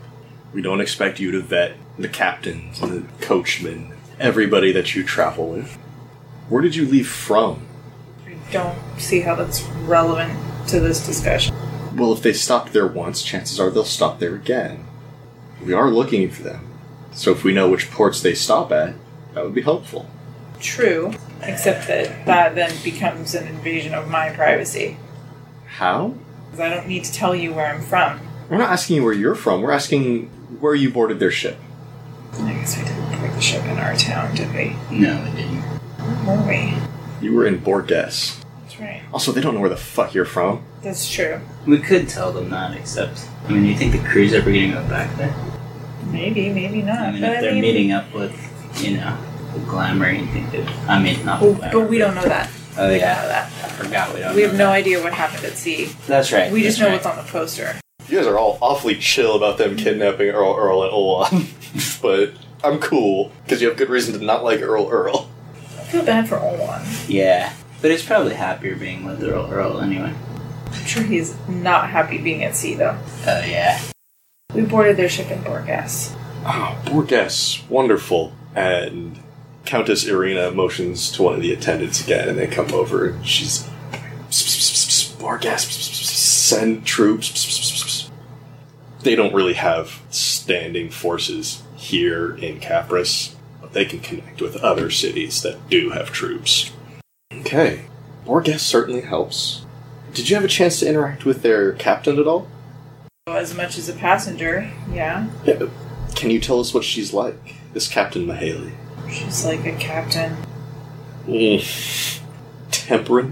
We don't expect you to vet the captains, the coachmen, everybody that you travel with. Where did you leave from? I don't see how that's relevant to this discussion. Well, if they stopped there once, chances are they'll stop there again. We are looking for them. So if we know which ports they stop at, that would be helpful. True, except that that then becomes an invasion of my privacy. How? 'Cause I don't need to tell you where I'm from. We're not asking you where you're from, we're asking where you boarded their ship. I guess we didn't board the ship in our town, did we? No, it didn't. Where were we? You were in Bordes. That's right. Also, they don't know where the fuck you're from. That's true. We could tell them that, except I mean, you think the crew's ever gonna go back there? Maybe, maybe I not. mean, but if I they're mean, meeting up with, you know, the glamour, you think that I mean, not. Oh, the glamour, but we don't know that. Oh We don't know yeah, that. I forgot we don't. We have know no idea what happened at sea. that. That's right. We just know that's what's on the poster. You guys are all awfully chill about them kidnapping Earl Earl and Olan, <laughs> but I'm cool, because you have good reason to not like Earl Earl. I feel bad for Olwan. right. Yeah, but it's probably happier being with Earl Earl anyway. I'm sure he's not happy being at sea, though. Oh yeah, We boarded their ship in Borgas. Ah, Bordes. Wonderful. and Countess Irina motions to one of the attendants again, and they come over. And she's more gas. Send troops. They don't really have standing forces here in Capris, but they can connect with other cities that do have troops. Okay, more gas certainly helps. Did you have a chance to interact with their captain at all? As much as a passenger, yeah. Yeah. Can you tell us what she's like? This Captain Mahaley. She's like a captain. Mm. Temperate?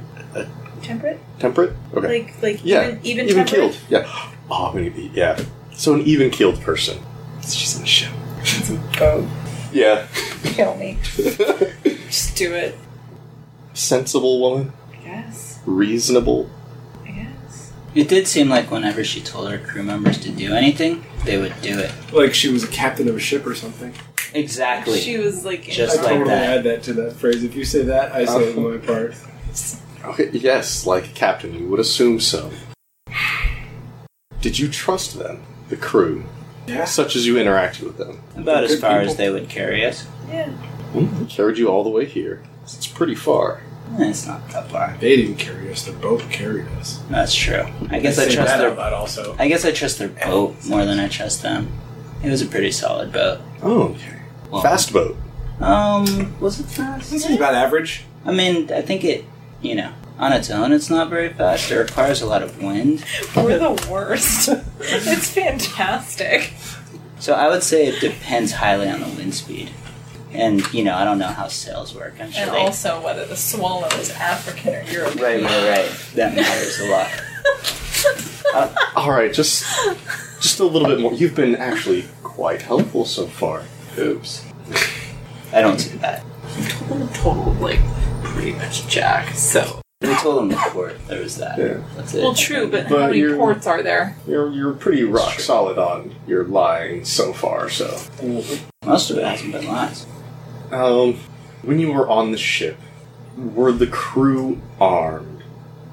Temperate? Temperate? Okay. Like, like yeah. even, even, temperate? keeled. Yeah. Oh, I'm gonna be, yeah. So an even keeled person. She's in a ship. It's a boat. Yeah. Kill <laughs> me. Just do it. Sensible woman. I guess. Reasonable. I guess. It did seem like whenever she told her crew members to do anything, they would do it. Like she was a captain of a ship or something. Exactly. She was like, in Just I charge. like totally that. add that to that phrase. If you say that, I say my <laughs> part. Okay, yes, like a captain, you would assume so. Did you trust them? The crew? Yeah. Such as you interacted with them? About as Good far people. as they would carry us. yeah. Mm, they carried you all the way here. It's pretty far. Eh, It's not that far. They didn't carry us. Their boat carried us. That's true. I guess I Say trust that their. out loud also. I guess I trust their boat more than I trust them. It was a pretty solid boat. Oh, okay. Well- Fast boat. Um, was it fast? This is about average. I mean, I think it, you know, on its own, it's not very fast. It requires a lot of wind. We're the worst. <laughs> it's fantastic. So I would say it depends highly on the wind speed. And, you know, I don't know how sails work. I'm sure And they. also whether the swallow is African or European. Right, right, right. <laughs> That matters a lot. All right, just just a little bit more. You've been actually quite helpful so far. Oops. I don't do that. Total, like, pretty much Jack, so. We told him the port. There was that. Yeah. That's it. Well, true, but, But how many you're- ports are there? You're you're pretty rock solid on your lying so far. So, Most of it hasn't been lost. um, when you were on the ship, were the crew armed?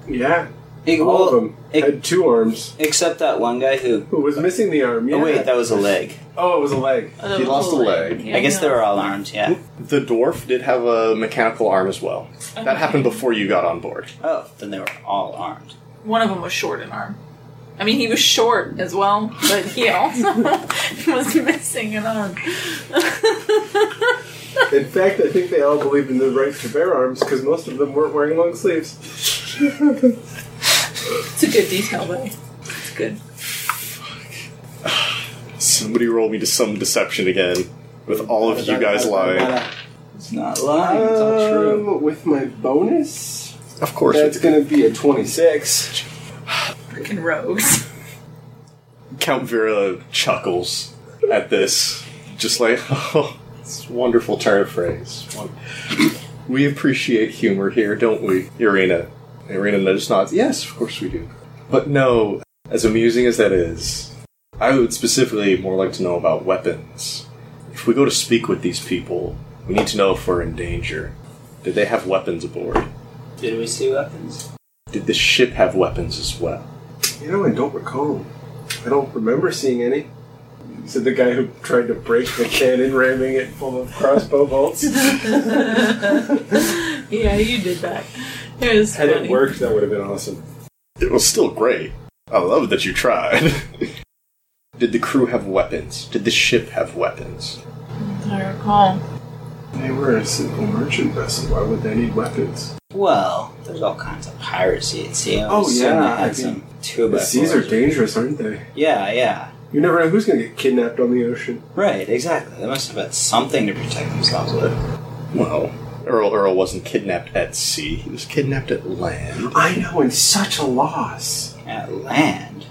Yeah. It- All well, of them it- had two arms. except that one guy who. Who was missing the arm? Yeah. Oh, wait, that was a leg. Oh, it was a leg. He lost a leg. Yeah, I guess they no. were all armed, yeah. The dwarf did have a mechanical arm as well. That happened before you got on board. Oh, then they were all armed. One of them was short in arm. I mean, he was short as well, but he also <laughs> was missing an arm. In fact, I think they all believed in the right to bear arms because most of them weren't wearing long sleeves. It's a good detail, though. It's good. Somebody roll me to some deception again, with all of you guys lying. It's not lying, it's all true. Um, with my bonus, Of course, that's going to be a 26. Freaking rogues. Count Vera chuckles at this, just like, <laughs> oh, it's a wonderful turn of phrase. Won- We appreciate humor here, don't we, Irina? Irina just nods, yes, of course we do. But no, as amusing as that is, I would specifically more like to know about weapons. If we go to speak with these people, we need to know if we're in danger. Did they have weapons aboard? Did we see weapons? Did the ship have weapons as well? You know, I don't recall. I don't remember seeing any. Said the guy who tried to break the cannon, ramming it full of crossbow bolts. <laughs> Yeah, you did that. It was <laughs> Had funny. it worked, that would have been awesome. It was still great. I love that you tried. <laughs> Did the crew have weapons? Did the ship have weapons? I recall. They were a simple merchant vessel. Why would they need weapons? Well, there's all kinds of piracy at sea. I would Oh, assume yeah, they I had mean, some two The by seas are fours. dangerous, aren't they? Yeah, yeah. You never know who's going to get kidnapped on the ocean. Right, exactly. They must have had something to protect themselves with. Well, Earl Earl wasn't kidnapped at sea. He was kidnapped at land. I know, and such a loss. At land.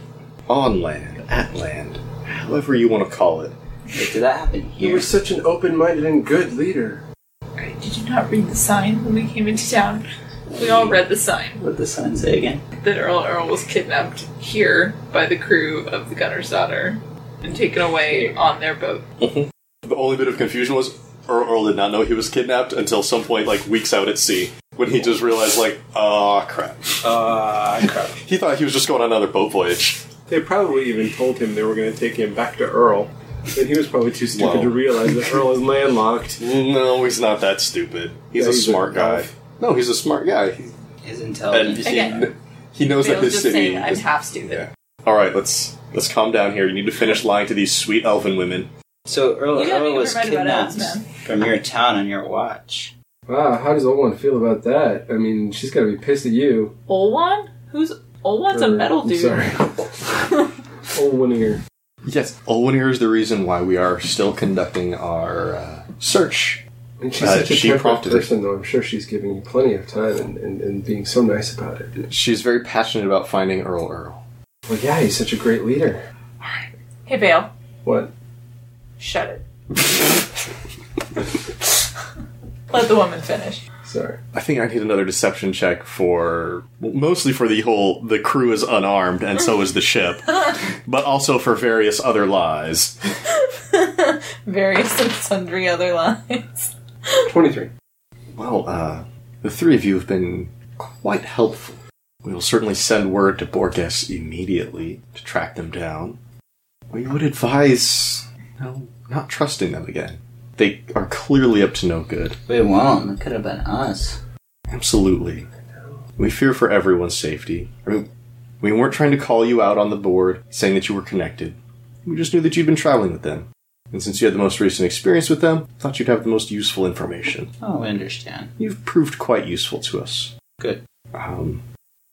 On land. At land. However you want to call it. Wait, did that happen You here? were such an open minded and good leader. Right, Did you not read the sign when we came into town? We all read the sign What did the sign say again? that Earl Earl was kidnapped here by the crew of the Gunner's Daughter and taken away on their boat. The only bit of confusion was Earl Earl did not know he was kidnapped until some point, like weeks out at sea, when he just realized, like, ah, crap. Ah, <laughs> crap. He thought he was just going on another boat voyage. They probably even told him they were going to take him back to Earl. And he was probably too stupid Whoa. to realize that Earl is landlocked. No, he's not that stupid. He's Yeah, a he's a smart guy. elf. No, he's a smart guy. He, His and intelligence. he, Again. he knows that Bale's his just city. saying I'm is- half stupid. Yeah. All right, let's let's calm down here. You need to finish lying to these sweet elfin women. So Earl, You gotta Earl be was reminded about kidnapped elves, man. from your town on your watch. <laughs> Wow, how does Owen feel about that? I mean, she's gotta be pissed at you. Olwan? Who's Olwan's a Or- metal I'm dude? <laughs> Uh, Sorry. Owen here. Yes, Olwen here is the reason why we are still conducting our uh, search. And she's Uh, such a she temperate prompted it. person, though. I'm sure she's giving you plenty of time and, and, and being so nice about it. She's very passionate about finding Earl Earl. Well, yeah, he's such a great leader. Hey, Vale. What? Shut it. Let the woman finish. <laughs> Sorry. I think I need another deception check for well, mostly for the whole the crew is unarmed and so is <laughs> the ship, but also for various other lies. Various and sundry other lines. 23. Well, uh, the three of you have been quite helpful. We will certainly send word to Borges immediately to track them down. We would advise no, not trusting them again. They are clearly up to no good. We won't. It could have been us. Absolutely. We fear for everyone's safety. I mean, we weren't trying to call you out on the board saying that you were connected. We just knew that you'd been traveling with them. And since you had the most recent experience with them, thought you'd have the most useful information. Oh, we understand. You've proved quite useful to us. Good. Um,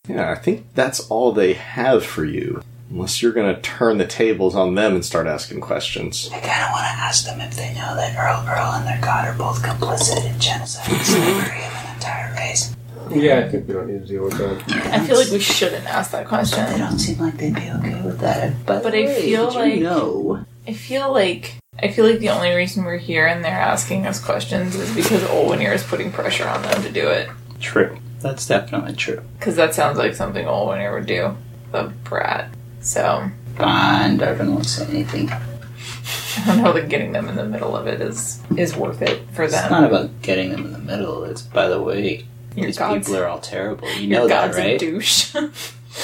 yeah, I think that's all they have for you. Unless you're going to turn the tables on them and start asking questions. I kind of want to ask them if they know that Earl, Earl, and their god are both complicit in genocide and slavery of an entire race. Yeah, I think we don't need to deal with that. I feel like we shouldn't ask that They question. don't seem like they'd be okay with that. By the But I way, feel did like- you know I feel like I feel like the only reason we're here and they're asking us questions is because Olwenir is putting pressure on them to do it. True. That's definitely true. Because that sounds like something Olwenir would do. The brat. So Fine, Darvin won't say anything. I don't know that getting them in the middle of it is is worth it for It's them. not about getting them in the middle. It's by the way, Your these god's, people are all terrible. You your know that, god's a right? douche. <laughs>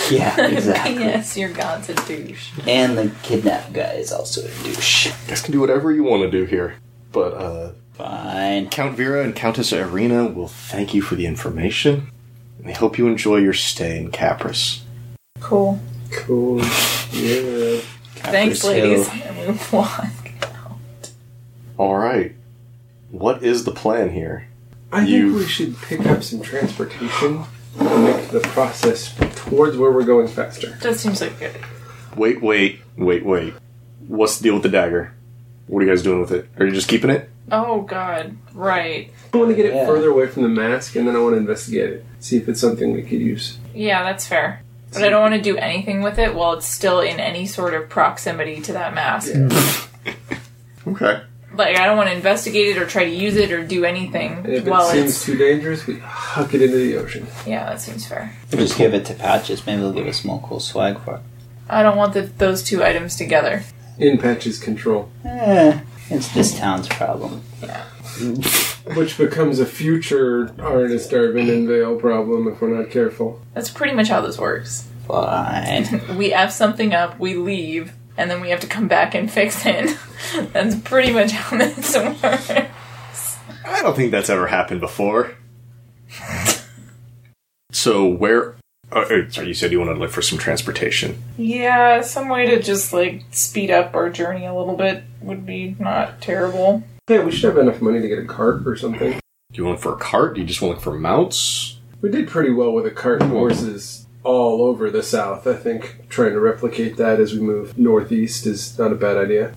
Yeah, exactly. yes, your god's a douche. and the kidnap guy is also a douche. You guys can do whatever you want to do here. But, uh, Fine. Count Vera and Countess Irina will thank you for the information. And they hope you enjoy your stay in Capris. Cool. Cool. Yeah. Thanks, Capris ladies. <laughs> Hill. And we walk. Alright. What is the plan here? I You- think we should pick up some transportation and make the process towards where we're going faster. That seems like good. Wait, wait, wait, wait. What's the deal with the dagger? What are you guys doing with it? Are you just keeping it? Oh God. Right. I want to get it Yeah. further away from the mask and then I want to investigate it. See if it's something we could use. Yeah, that's fair. But I don't want to do anything with it while it's still in any sort of proximity to that mask. Mm. Okay. Like I don't want to investigate it or try to use it or do anything And if while it seems it's too dangerous, we huck it into the ocean. Yeah, that seems fair. We'll just give it to Patches. Maybe they'll give us more cool swag for it. I don't want the, those two items together. In Patch's control. Eh, it's this town's problem. Which becomes a future Arnis Darvin and Vale problem if we're not careful. That's pretty much how this works. Fine. We F something up, we leave, and then we have to come back and fix it. <laughs> That's pretty much how <laughs> this works. I don't think that's ever happened before. <laughs> so where? Uh, uh, sorry, you said you wanted to look for some transportation. Yeah, some way to just like speed up our journey a little bit would be not terrible. Yeah, we should have enough money to get a cart or something. Do you want for a cart? Do you just want to look for mounts? We did pretty well with a cart and horses all over the south. I think trying to replicate that as we move northeast is not a bad idea. I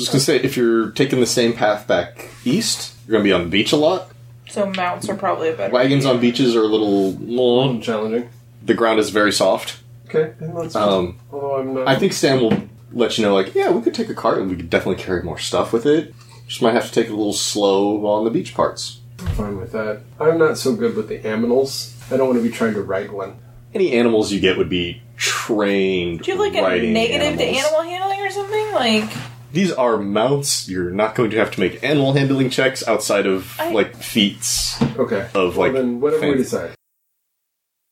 was just gonna say, if you're taking the same path back east, you're gonna be on the beach a lot. So mounts are probably a better. Wagons on beaches are a little. well, Challenging. The ground is very soft. Okay, then let's. Um, although I'm not. I think Sam will let you know, like, yeah, we could take a cart and we could definitely carry more stuff with it. Just might have to take it a little slow on the beach parts. fine with that. I'm not so good with the aminals. I don't want to be trying to ride one. Any animals you get would be trained. Do you have like a riding negative animals. to animal handling or something? Like These are mounts. You're not going to have to make animal handling checks outside of I- like feats Okay. of Well, like. then whatever we fan- decide.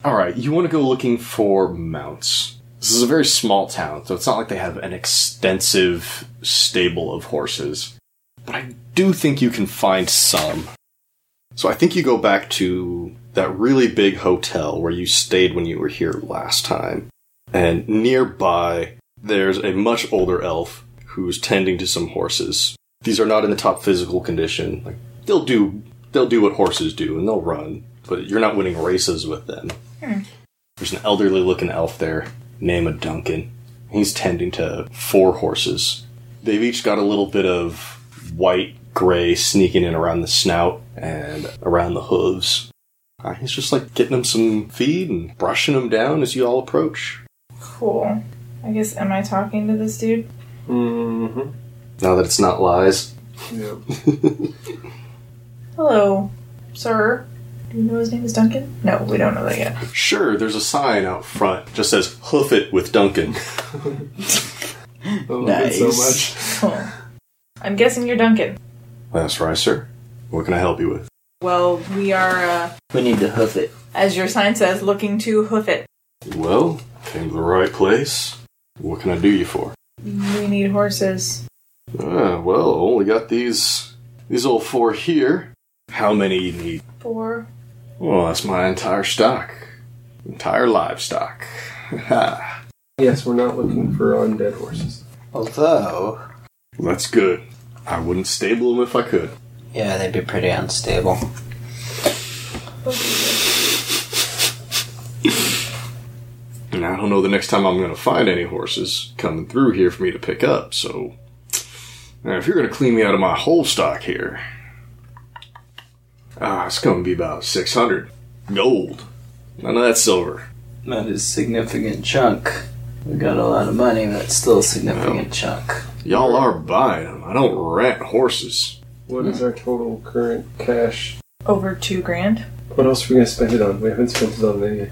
All right, you want to go looking for mounts. This is a very small town, so it's not like they have an extensive stable of horses. But I do think you can find some. So I think you go back to that really big hotel where you stayed when you were here last time. And nearby, there's a much older elf who's tending to some horses. These are not in the top physical condition. Like they'll do they'll do what horses do and they'll run, but you're not winning races with them. There's an elderly looking elf there named of Duncan. He's tending to four horses. They've each got a little bit of white gray sneaking in around the snout and around the hooves. Uh, He's just like getting them some feed and brushing them down as you all approach. Cool. I guess, am I talking to this dude? Mm-hmm. Now that it's not lies. Yeah. Hello, sir. Do you know his name is Duncan? No, we don't know that <laughs> yet. Sure, there's a sign out front just says "Hoof it with Duncan." <laughs> I love it so Nice. much. Cool. I'm guessing you're Duncan. That's right, sir. What can I help you with? Well, we are, uh, We need to hoof it. as your sign says, looking to hoof it. Well, came to the right place. What can I do you for? We need horses. Uh, well, only got these these old four here. How many you need? Four. Well, that's my entire stock, entire livestock. <laughs> Ha. Yes, we're not looking for undead horses. Although, well, that's good. I wouldn't stable them if I could. yeah, they'd be pretty unstable. And I don't know the next time I'm going to find any horses coming through here for me to pick up. So, now if you're going to clean me out of my whole stock here, ah, it's going to be about 600 gold. None of that silver. That is a significant chunk. We got a lot of money, but it's still a significant chunk. Y'all are buying them. I don't rat horses. What Hmm. is our total current cash? Over two grand. What else are we gonna spend it on? We haven't spent it on any.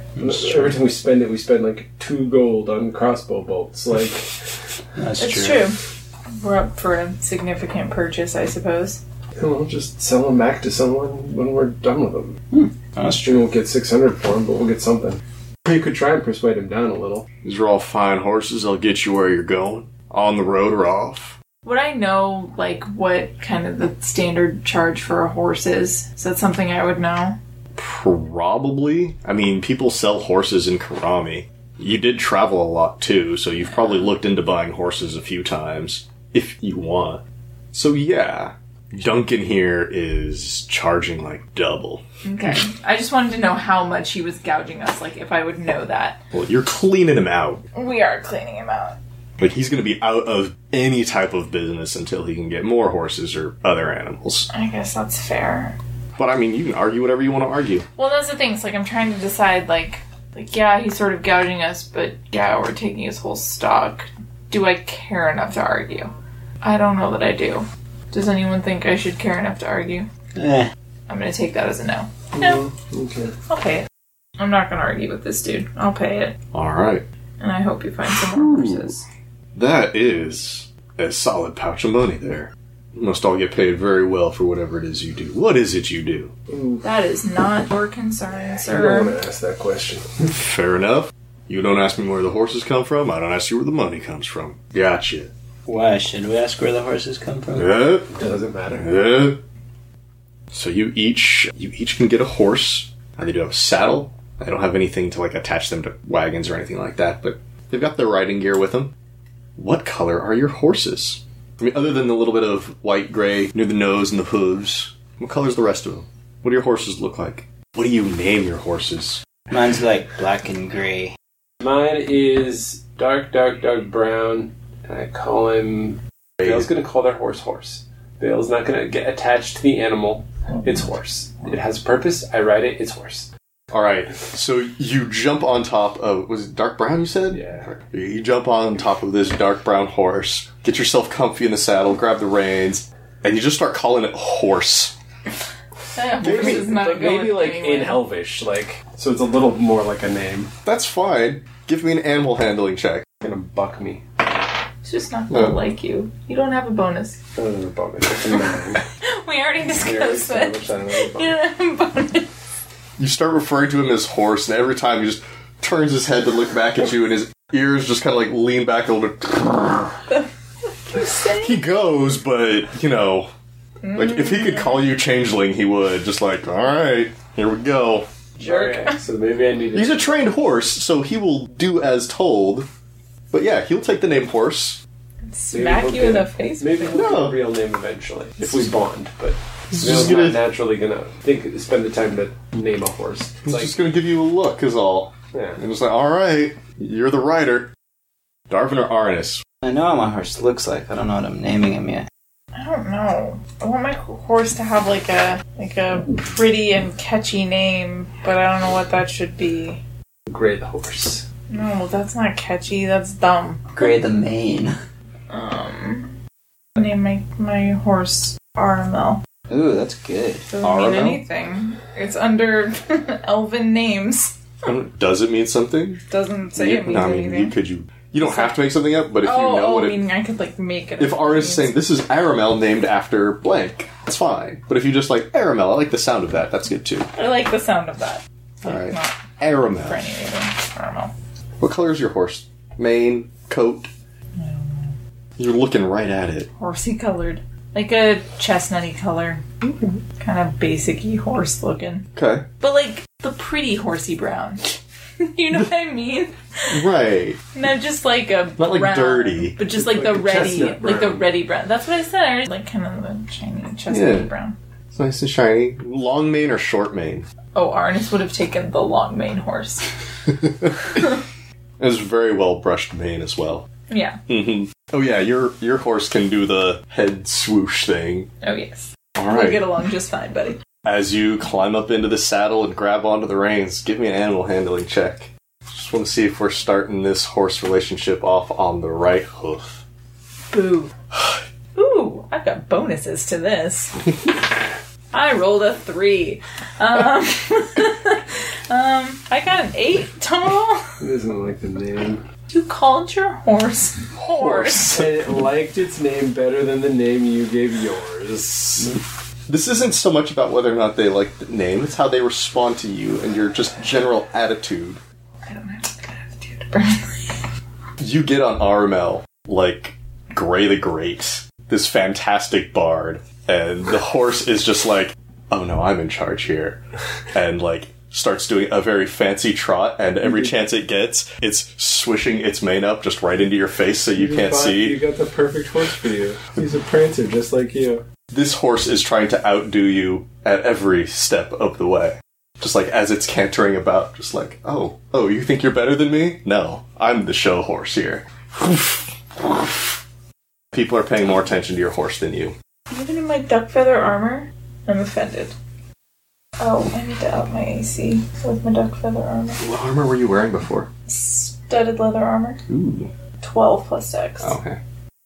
Every time we spend it, we spend like two gold on crossbow bolts. Like, <laughs> That's That's true. We're up for a significant purchase, I suppose. and we'll just sell them back to someone when we're done with them. That's Sure, we'll get six hundred for them, but we'll get something. You could try and persuade him down a little. These are all fine horses. They'll get you where you're going, on the road or off. Would I know, like, what kind of the standard charge for a horse is? Is that something I would know? Probably. I mean, people sell horses in Karami. You did travel a lot too, so you've probably looked into buying horses a few times if you want. So yeah, Duncan here is charging like double. Okay. I just wanted to know how much he was gouging us, like, if I would know that. Well, you're cleaning him out. We are cleaning him out. Like he's going to be out of any type of business until he can get more horses or other animals. I guess that's fair. But I mean, you can argue whatever you want to argue. Well, that's the thing. It's like I'm trying to decide, like, like yeah, he's sort of gouging us, but yeah, we're taking his whole stock. Do I care enough to argue? I don't know that I do. Does anyone think I should care enough to argue? Eh, I'm gonna take that as a no. No, Mm-hmm. Okay. I'll pay it. I'm not gonna argue with this dude. I'll pay it, All right. and I hope you find some more horses. That is a solid pouch of money there. You must all get paid very well for whatever it is you do. What is it you do? That is not your concern, I don't sir. want to ask that question. Fair enough. You don't ask me where the horses come from, I don't ask you where the money comes from. Gotcha. why should we ask where the horses come from? Uh, Doesn't matter. uh. So you each you each can get a horse. And they do have a saddle. They don't have anything to like attach them to wagons or anything like that, but they've got their riding gear with them. What color are your horses? I mean, other than the little bit of white gray near the nose and the hooves, what color's the rest of them? What do your horses look like? What do you name your horses? Mine's like black and gray. Mine is dark, dark, dark brown, and I call him. Bale's gonna call their horse horse. Bale's not gonna get attached to the animal. It's horse. It has purpose. I ride it. It's horse. All right, so you jump on top of was it dark brown? You said Yeah. You jump on top of this dark brown horse, get yourself comfy in the saddle, grab the reins, and you just start calling it horse. That horse is not but maybe going like in anywhere. Elvish, like so it's a little more like a name. That's fine. Give me an animal handling check. Gonna buck me. It's just not gonna No. like you. You don't have a bonus. That was a bonus. That's a nine. <laughs> We already We already discussed that. established that. another You don't bonus. have a bonus. You start referring to him as horse, and every time you just turns his head to look back at you, and his ears just kind of like lean back a little bit. he goes, but you know, like if he could call you changeling, he would. Just like, all right, here we go. Jerk. Alright, so maybe I need to. He's a trained horse, so he will do as told. But yeah, he'll take the name horse. Smack we'll you in get- the face. Maybe we'll get No. a real name eventually if we bond, but He's Bill's just not gonna, naturally gonna think spend the time to name a horse. It's he's like just gonna give you a look, is all. yeah, And it's like, all right, you're the rider. Darvin or Arnis? I know what my horse looks like. I don't know what I'm naming him yet. I don't know. I want my horse to have like a like a pretty and catchy name, but I don't know what that should be. great horse. No, that's not catchy. That's dumb. Gray the mane. Um, name my my horse RML. Ooh, that's good. Doesn't mean RML? anything. It's under <laughs> elven names. Um, Does it mean something? Doesn't say You- it means no, I mean, anything. you could you. You don't have to make something up, but if oh, you know oh, what it, meaning I could like make it. if up. R is saying this is Aramel named after blank, that's fine. But if you just like Aramel, I like the sound of that. That's good too. I like the sound of that. All right, Not Aramel. for any reason. RML. What color is your horse? Mane, coat. You're looking right at it. horsey colored, like a chestnutty color, kind of basic-y horse looking, Okay, but like the pretty horsey brown. <laughs> you know what I mean? right. Not just like a Not like brown, dirty. but just Like like, the a ready, chestnut like the brown. ready brown. That's what I said. I was like kind of the shiny chestnutty Yeah. brown. It's nice and shiny. Long mane or short mane? Oh, Arnis would have taken the long mane horse. It's very well brushed mane as well. Yeah. Mm-hmm. Oh yeah, your your horse can do the head swoosh thing. Oh yes. All We'll right. get along just fine, buddy. As you climb up into the saddle and grab onto the reins, give me an animal handling check. Just want to see if we're starting this horse relationship off on the right hoof. Boo. <sighs> Ooh, I've got bonuses to <laughs> this. I rolled a three. Um, <laughs> um, I got an eight total. It isn't like the name. You called your horse horse. And it liked its name better than the name you gave yours. <laughs> This isn't so much about whether or not they like the name, it's how they respond to you and your just general attitude. I don't have to attitude, apparently. You get on RML like Gray the Great, this fantastic bard, and the horse is just like, oh no, I'm in charge here. And like starts doing a very fancy trot, and every chance it gets, it's swishing its mane up just right into your face so you can't But see. You got the perfect horse for you. He's a prancer, just like you. This horse is trying to outdo you at every step of the way. Just like as it's cantering about, just like, oh, oh, you think you're better than me? No, I'm the show horse here. People are paying more attention to your horse than you. Even in my duck feather armor, I'm offended. Oh, I need to up my AC with my duck feather armor. What armor were you wearing before? Studded leather armor, Ooh. 12 plus 6. Oh, Okay.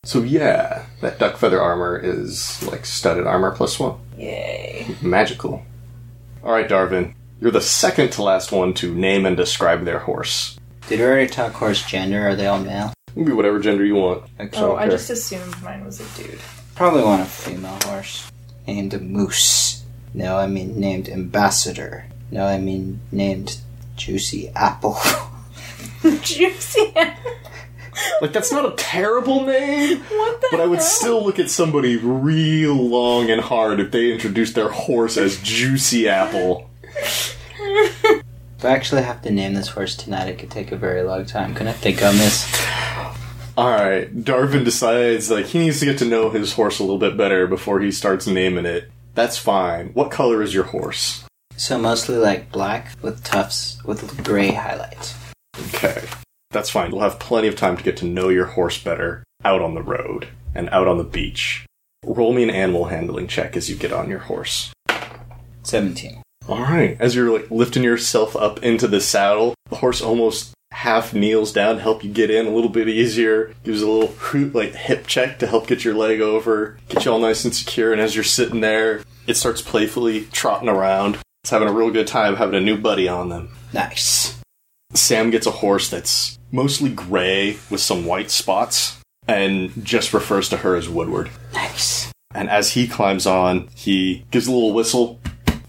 So yeah, that duck feather armor is like studded armor plus one. Yay. Magical. All right, Darvin, you're the second to last one to name and describe their horse. Did we already talk horse gender? Are they all male? You can be whatever gender you want. Okay. Oh, I just assumed mine was a <laughs> dude. Probably want a female horse. Named Moose. No, I mean named Ambassador. No, I mean named Juicy Apple. <laughs> Juicy. Like that's not a terrible name, What the but I would hell? still look at somebody real long and hard if they introduced their horse as Juicy Apple. if I actually have to name this horse tonight, it could take a very long time. Can I think on this? All right, Darvin decides like he needs to get to know his horse a little bit better before he starts naming it. That's fine. What color is your horse? So mostly like black with tufts with gray highlights. Okay. That's fine. You'll have plenty of time to get to know your horse better out on the road and out on the beach. Roll me an animal handling check as you get on your horse. Seventeen. All right. As you're like lifting yourself up into the saddle, the horse almost half kneels down to help you get in a little bit easier. Gives a little hoot, like hip check to help get your leg over, get you all nice and secure. And as you're sitting there, it starts playfully trotting around. It's having a real good time having a new buddy on them. Nice. Sam gets a horse that's mostly gray with some white spots and just refers to her as Woodward. Nice. And as he climbs on, he gives a little whistle,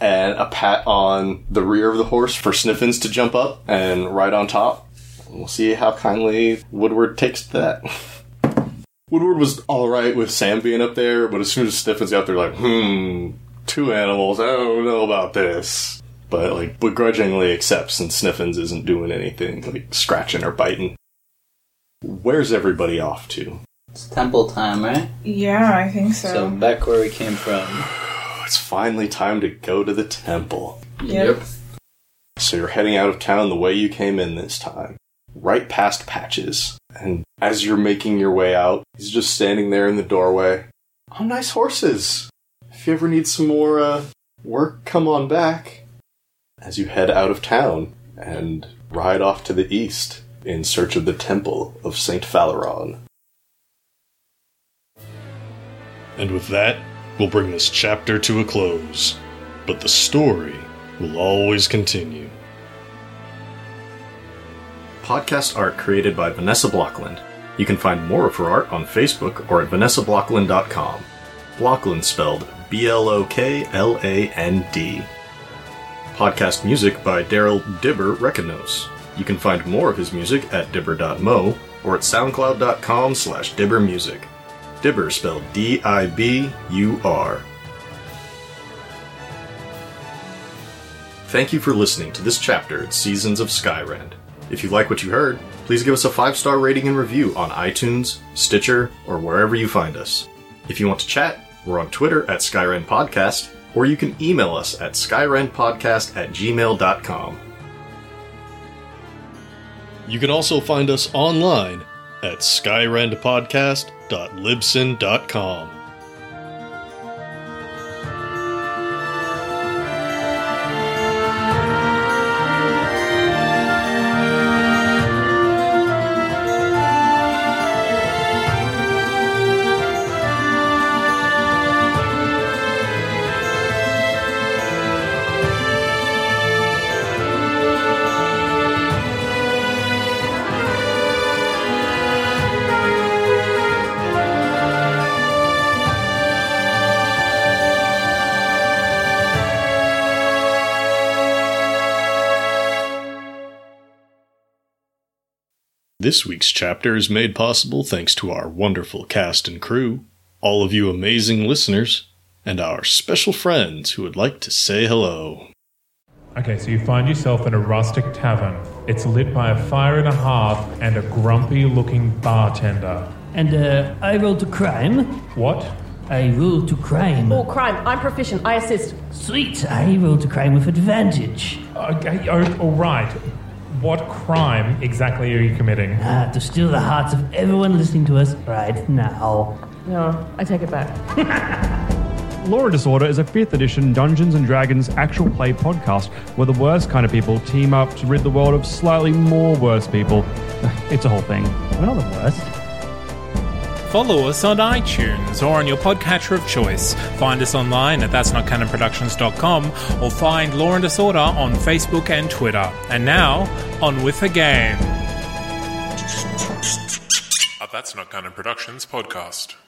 and a pat on the rear of the horse for Sniffins to jump up and ride on top. We'll see how kindly Woodward takes to that. <laughs> Woodward was all right with Sam being up there, but as soon as Sniffins got there, like, hmm, two animals. I don't know about this. But like begrudgingly accepts, and Sniffins isn't doing anything like scratching or biting. Where's everybody off to? It's temple time, right? Yeah, I think so. So back where we came from. Oh, it's finally time to go to the temple. Yep. So you're heading out of town the way you came in this time, right past Patches. And as you're making your way out, he's just standing there in the doorway. Oh, nice horses! If you ever need some more uh, work, come on back. As you head out of town and ride off to the east in search of the temple of St. Phaleron. And with that, we'll bring this chapter to a close. But the story will always continue. podcast art created by Vanessa Blockland. You can find more of her art on Facebook or at vanessablockland.com. Blockland spelled B L O K L A N D. Podcast music by Daryl Dibber Reconos. You can find more of his music at dibber.mo or at soundcloud.com slash dibbermusic. Dibber spelled D I B U R. Thank you for listening to this chapter at Seasons of Skyrend. If you like what you heard, please give us a five star rating and review on iTunes, Stitcher, or wherever you find us. If you want to chat, we're on Twitter at Skyren Podcast, or you can email us at skyrenpodcast at gmail.com. You can also find us online at skyrendpodcast.libsyn.com. This week's chapter is made possible thanks to our wonderful cast and crew, all of you amazing listeners, and our special friends who would like to say hello. Okay, so you find yourself in a rustic tavern. It's lit by a fire and a hearth and a grumpy looking bartender. And uh, I roll to crime. What? I roll to crime. Or crime. I'm proficient. I assist. Sweet, I roll to crime with advantage. Okay, o- all right. What crime exactly are you committing? Ah, to steal the hearts of everyone listening to us right now. No, I take it back. Law and Disorder is a 5th edition Dungeons and Dragons actual play podcast where the worst kind of people team up to rid the world of slightly more worse people. <laughs> It's a whole thing. We're not the worst. Follow us on iTunes or on your podcatcher of choice. Find us online at that'snotcanonproductions.com or find Law and Disorder on Facebook and Twitter. And now, on with the game. That's Not Canon Productions podcast.